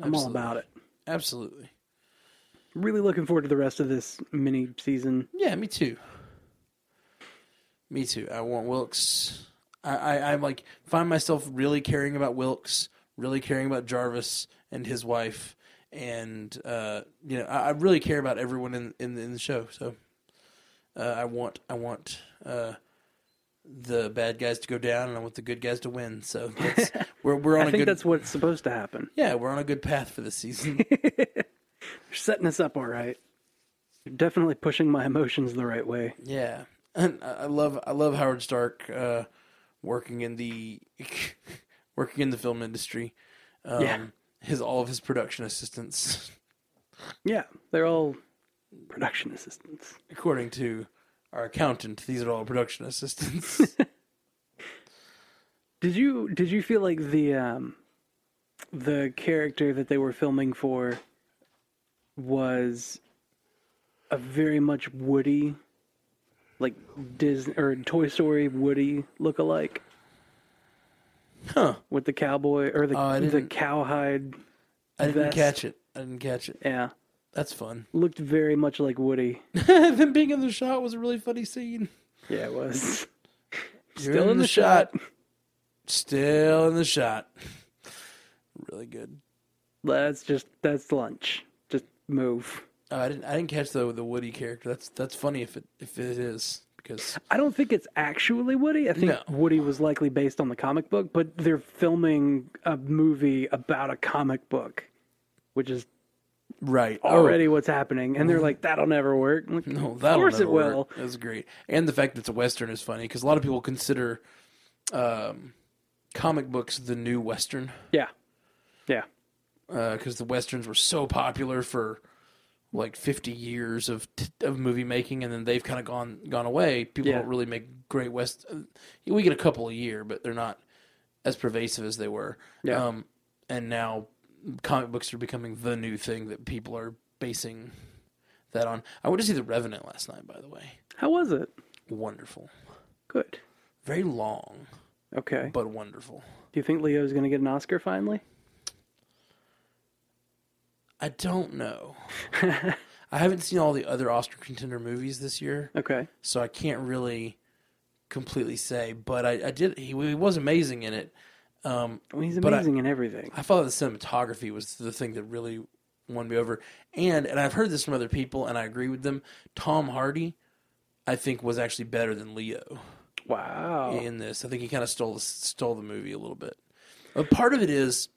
S2: I'm all about it.
S1: absolutely.
S2: Really looking forward to the rest of this mini season.
S1: Yeah, me too. Me too. I want Wilkes. I, I I like find myself really caring about Wilkes, really caring about Jarvis and his wife, and uh, you know I, I really care about everyone in in, in the show. So uh, I want I want uh, the bad guys to go down, and I want the good guys to win. So
S2: [LAUGHS]
S1: that's, we're we're on
S2: I
S1: a
S2: think
S1: good
S2: that's what's supposed to happen.
S1: yeah we're on a good path for the
S2: [LAUGHS]
S1: season.
S2: You're setting us up all right. You're definitely pushing my emotions the right way.
S1: Yeah, and I I love I love Howard Stark uh, working in the [LAUGHS] working in the film industry. Um,
S2: Yeah.
S1: His all of his production assistants, [LAUGHS]
S2: Yeah, they're all production assistants.
S1: according to our accountant, these are all production
S2: [LAUGHS]
S1: assistants.
S2: Did you did you feel like the um, the character that they were filming for was a very much Woody, like Disney or Toy Story Woody look-alike
S1: huh?
S2: with the cowboy or the
S1: Oh, I
S2: the
S1: didn't-
S2: cowhide?
S1: I didn't
S2: Vest.
S1: catch it. I didn't catch it.
S2: Yeah,
S1: That's
S2: [LAUGHS]
S1: fun.
S2: looked very much like Woody.
S1: Them being in the shot was a really funny scene.
S2: Yeah, it was.
S1: You're
S2: Still in the shot.
S1: Still in the shot. [LAUGHS] Really good.
S2: [LAUGHS] That's just that's lunch. Just move.
S1: Oh, I didn't. I didn't catch the the Woody character. That's that's funny if it if it is because
S2: I don't think it's actually Woody. I think
S1: No.
S2: Woody was likely based on the comic book, but they're filming a movie about a comic book, which is
S1: right Oh, Hmm.
S2: already what's happening. And they're like, "That'll never work." I'm like,
S1: no, [LAUGHS] that'll
S2: course it
S1: never work.
S2: will.
S1: That's great. And the fact that it's a western is funny because a lot of people consider um, comic books the new western
S2: Yeah, yeah,
S1: because uh, the westerns were so popular for like 50 years of t- of movie making and then they've kind of gone gone away people
S2: Yeah.
S1: don't really make great west uh, we get a couple a year but they're not as pervasive as they were
S2: Yeah.
S1: um and now comic books are becoming the new thing that people are basing that on i went to see the revenant last night by the way
S2: How was it?
S1: wonderful
S2: Good.
S1: very long
S2: Okay.
S1: but wonderful
S2: Do you think Leo's going to get an Oscar finally? [LAUGHS]
S1: i don't know i haven't seen all the other oscar contender movies this year
S2: Okay.
S1: so I can't really completely say. But I, I did. He, he was amazing in it. Um,
S2: Well, he's
S1: But I-
S2: amazing in everything.
S1: I thought the cinematography was the thing that really won me over. And and I've heard this from other people, and I agree with them. Tom Hardy, I think, was actually better than Leo
S2: Wow.
S1: in this. I think he kind of stole the, stole the movie a little bit. But part of it is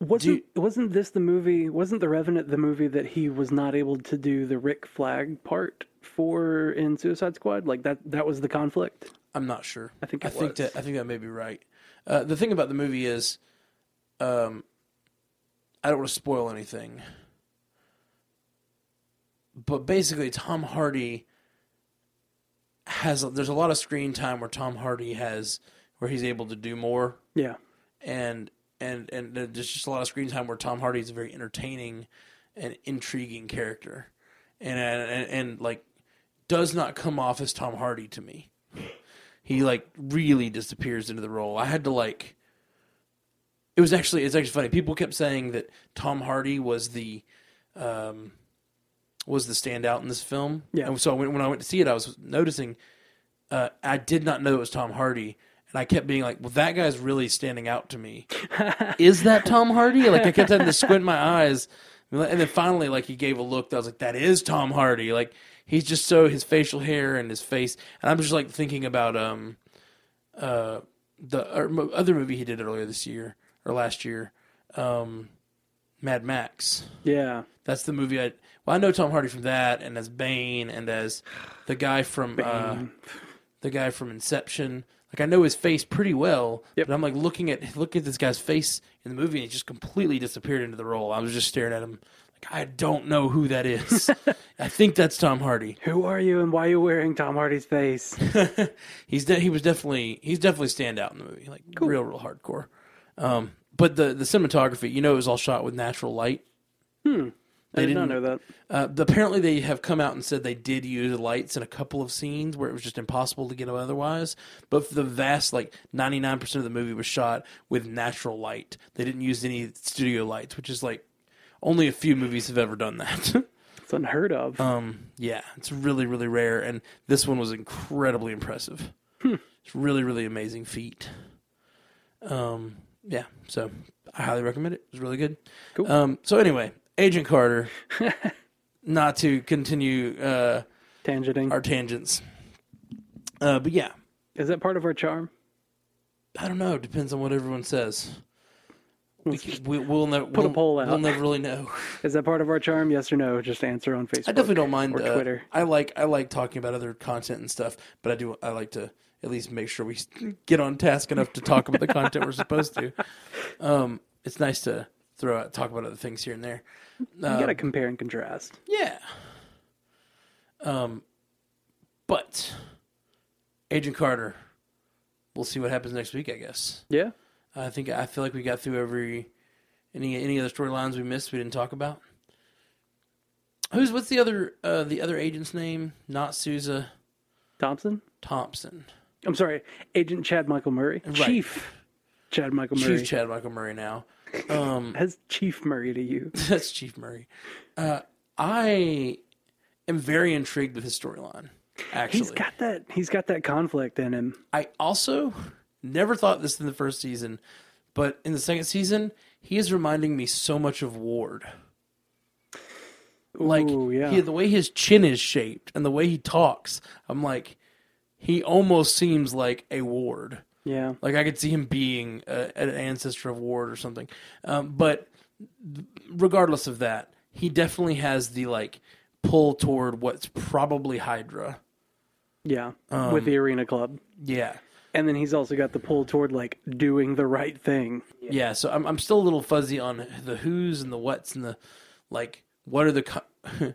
S2: Wasn't wasn't this the movie? Wasn't the Revenant the movie that he was not able to do the Rick Flag part for in Suicide Squad? Like that that was the conflict.
S1: I'm not sure.
S2: I think
S1: I
S2: it
S1: think
S2: was.
S1: that I think that may be right. Uh, the thing about the movie is, um, I don't want to spoil anything, but basically, Tom Hardy has there's a lot of screen time where Tom Hardy has where he's able to do more
S2: Yeah.
S1: and and and there's just a lot of screen time where Tom Hardy is a very entertaining and intriguing character, and and, and like does not come off as Tom Hardy to me. He like really disappears into the role. I had to like. It was actually it's actually funny. People kept saying that Tom Hardy was the, um, was the standout in this film.
S2: Yeah.
S1: And so when, when I went to see it, I was noticing uh, I did not know it was Tom Hardy, and I kept being like, "Well, that guy's really standing out to me. Is that Tom Hardy?" Like I kept having to squint my eyes, and then finally, like he gave a look that I was like, "That is Tom Hardy." Like he's just so his facial hair and his face, and I'm just like thinking about um, uh, the or, mo- other movie he did earlier this year or last year, um, Mad Max.
S2: Yeah.
S1: That's the movie I well I know Tom Hardy from that and as Bane and as the guy from uh, the guy from Inception. Like I know his face pretty well,
S2: Yep.
S1: but I'm like looking at looking at this guy's face in the movie and he just completely disappeared into the role. I was just staring at him like I don't know who that is. I think that's Tom Hardy.
S2: Who are you and why are you wearing Tom Hardy's face?
S1: he's de- he was definitely he's definitely stand out in the movie, like real real hardcore. Um, but the the cinematography, you know, it was all shot with natural light.
S2: I did not
S1: didn't-
S2: know that.
S1: Uh, the- apparently, they have come out and said they did use lights in a couple of scenes where it was just impossible to get them otherwise. But for the vast, like ninety nine percent of the movie was shot with natural light. They didn't use any studio lights, which is like only a few movies have ever done that. [LAUGHS]
S2: It's unheard of.
S1: um, yeah, it's really really rare, and this one was incredibly impressive.
S2: Hmm.
S1: It's really really amazing feat. Um, yeah, so I highly recommend it. It was really good.
S2: Cool.
S1: Um, so anyway, Agent
S2: [LAUGHS]
S1: Carter. Not to continue uh,
S2: Tangenting.
S1: our tangents. Uh, but yeah,
S2: Is that part of our charm?
S1: I don't know. Depends on what everyone says. We, c- we, we'll never
S2: Put a
S1: we'll,
S2: poll out.
S1: We'll never really know.
S2: Is that part of our charm? Yes or no? Just answer on Facebook.
S1: I definitely don't mind
S2: or
S1: uh,
S2: Twitter.
S1: I like I like talking about other content and stuff, but I do I like to at least make sure we get on task enough to talk about the content we're supposed to. Um, it's nice to throw out talk about other things here and there.
S2: you gotta compare and contrast.
S1: Yeah. Um, but Agent Carter, we'll see what happens next week. I guess.
S2: Yeah.
S1: I think I feel like we got through every any any other storylines we missed we didn't talk about. Who's what's the other uh, the other agent's name? Not Sousa
S2: Thompson.
S1: Thompson.
S2: I'm sorry, Agent Chad Michael Murray, Chief Chad Michael Murray.
S1: Chief Chad Michael Murray now. [LAUGHS] Um,
S2: Has Chief Murray to you?
S1: that's Chief Murray. Uh, I am very intrigued with his storyline. Actually,
S2: He's got that. He's got that conflict in him.
S1: I also never thought this in the first season, but in the second season, he is reminding me so much of Ward. Like
S2: Ooh, yeah.
S1: he, the way his chin is shaped and the way he talks, I'm like, he almost seems like a Ward.
S2: yeah.
S1: Like I could see him being a, an ancestor of Ward or something. Um, but regardless of that, he definitely has the like pull toward what's probably Hydra.
S2: Yeah.
S1: Um,
S2: With the Arena Club,
S1: Yeah.
S2: and then he's also got the pull toward like doing the right thing.
S1: yeah so I'm, I'm still a little fuzzy on the who's and the what's and the like what are the co-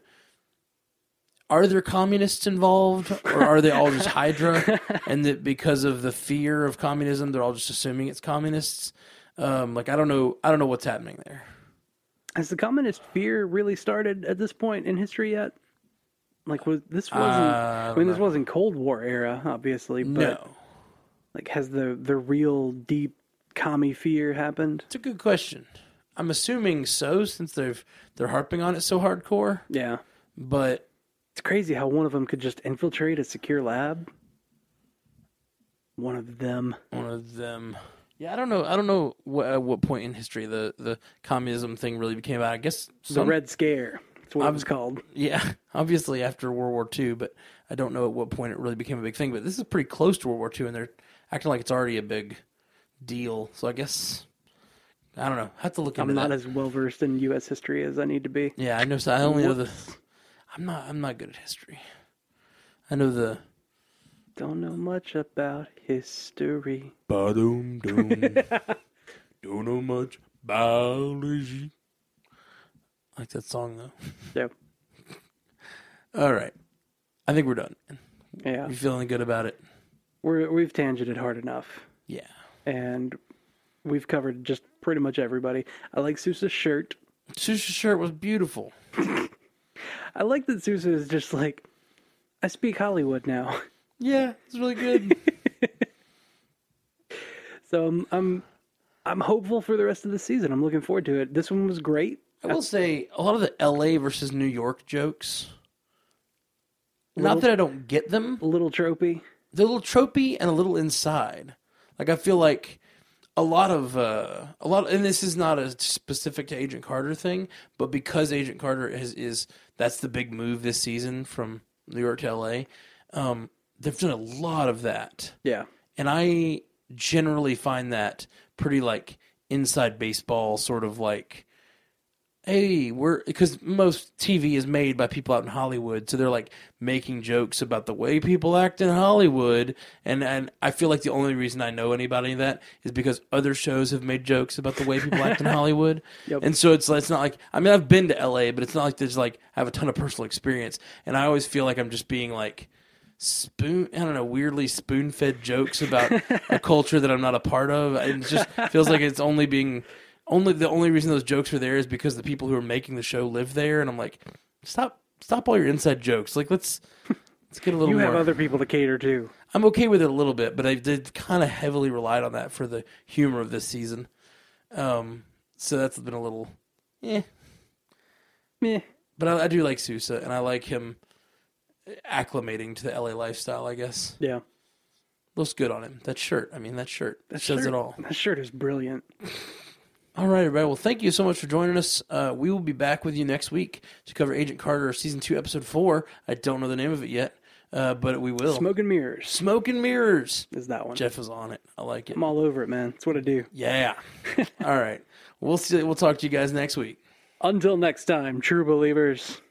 S1: [LAUGHS] are there communists involved or are they all just [LAUGHS] hydra and that because of the fear of communism they're all just assuming it's communists um, like i don't know i don't know what's happening there
S2: Has the communist fear really started at this point in history yet? Like, was this wasn't?
S1: Uh, I
S2: I
S1: don't
S2: mean, this wasn't Cold War era, obviously. But
S1: no
S2: like, has the the real deep commie fear happened?
S1: it's a good question i'm assuming so since they've they're harping on it so hardcore
S2: Yeah.
S1: but
S2: It's crazy how one of them could just infiltrate a secure lab. One of them.
S1: one of them. Yeah, I don't know. I don't know what, at what point in history the, the communism thing really became about. I guess
S2: The
S1: some,
S2: Red Scare. That's what it was called.
S1: yeah, [LAUGHS] obviously after World War II, but I don't know at what point it really became a big thing. But this is pretty close to World War II, and they're acting like it's already a big deal. So I guess I don't know. I have to look into
S2: I'm not
S1: that.
S2: as well versed in U.S. history as I need to be.
S1: yeah, I know. So I only know the. I'm not. I'm not good at history. I know the.
S2: Don't know much about history.
S1: Ba-dum, dum.
S2: [LAUGHS]
S1: Don't know much biology. I like that song though.
S2: So,
S1: All right, I think we're done.
S2: yeah,
S1: You feeling good about it?
S2: we're, we've tangented hard enough,
S1: Yeah.
S2: and we've covered just pretty much everybody. I like Sousa's shirt.
S1: Susha's shirt was beautiful.
S2: I like that Sousa is just like, I speak Hollywood now. [LAUGHS]
S1: Yeah, it's really good.
S2: So I'm, I'm I'm hopeful for the rest of the season. I'm looking forward to it. This one was great.
S1: [LAUGHS] I will say a lot of the L.A. versus New York jokes. Not that I don't get them.
S2: A little tropey.
S1: They're a little tropey and a little inside. Like I feel like a lot of uh, a lot, and this is not a specific to Agent Carter thing, but because Agent Carter is is that's the big move this season from New York to L.A. Um, they've done a lot of that.
S2: Yeah.
S1: and I generally find that pretty like inside baseball sort of like hey we're because most tv is made by people out in hollywood so they're like making jokes about the way people act in hollywood and and i feel like the only reason i know any about any of that is because other shows have made jokes about the way people act in hollywood
S2: Yep.
S1: and so it's it's not like i mean i've been to la but it's not like there's like i have a ton of personal experience and i always feel like i'm just being like spoon I don't know weirdly spoon fed jokes about a culture that I'm not a part of. It just feels like it's only being only the only reason those jokes are there is because the people who are making the show live there, and I'm like, stop stop all your inside jokes. Like let's let's get a little
S2: You
S1: more.
S2: have other people to cater to.
S1: I'm okay with it a little bit, but I did kind of heavily relied on that for the humor of this season. Um, so that's been a little, eh.
S2: Meh.
S1: But I, I do like Sousa, and I like him acclimating to the LA lifestyle. I guess.
S2: Yeah.
S1: looks good on him. That shirt, I mean, that shirt says
S2: Shirt-
S1: it all.
S2: That shirt is brilliant.
S1: All right, everybody. Well, thank you so much for joining us. Uh, we will be back with you next week to cover Agent Carter season two, episode four. I don't know the name of it yet, uh, but we will.
S2: Smoke and mirrors
S1: Smoke and mirrors.
S2: is that one. Mm.
S1: Jeff is on it. I like it.
S2: I'm all over it, man. It's what I do.
S1: Yeah. [LAUGHS] all right. We'll see. We'll talk to you guys next week.
S2: Until next time, true believers.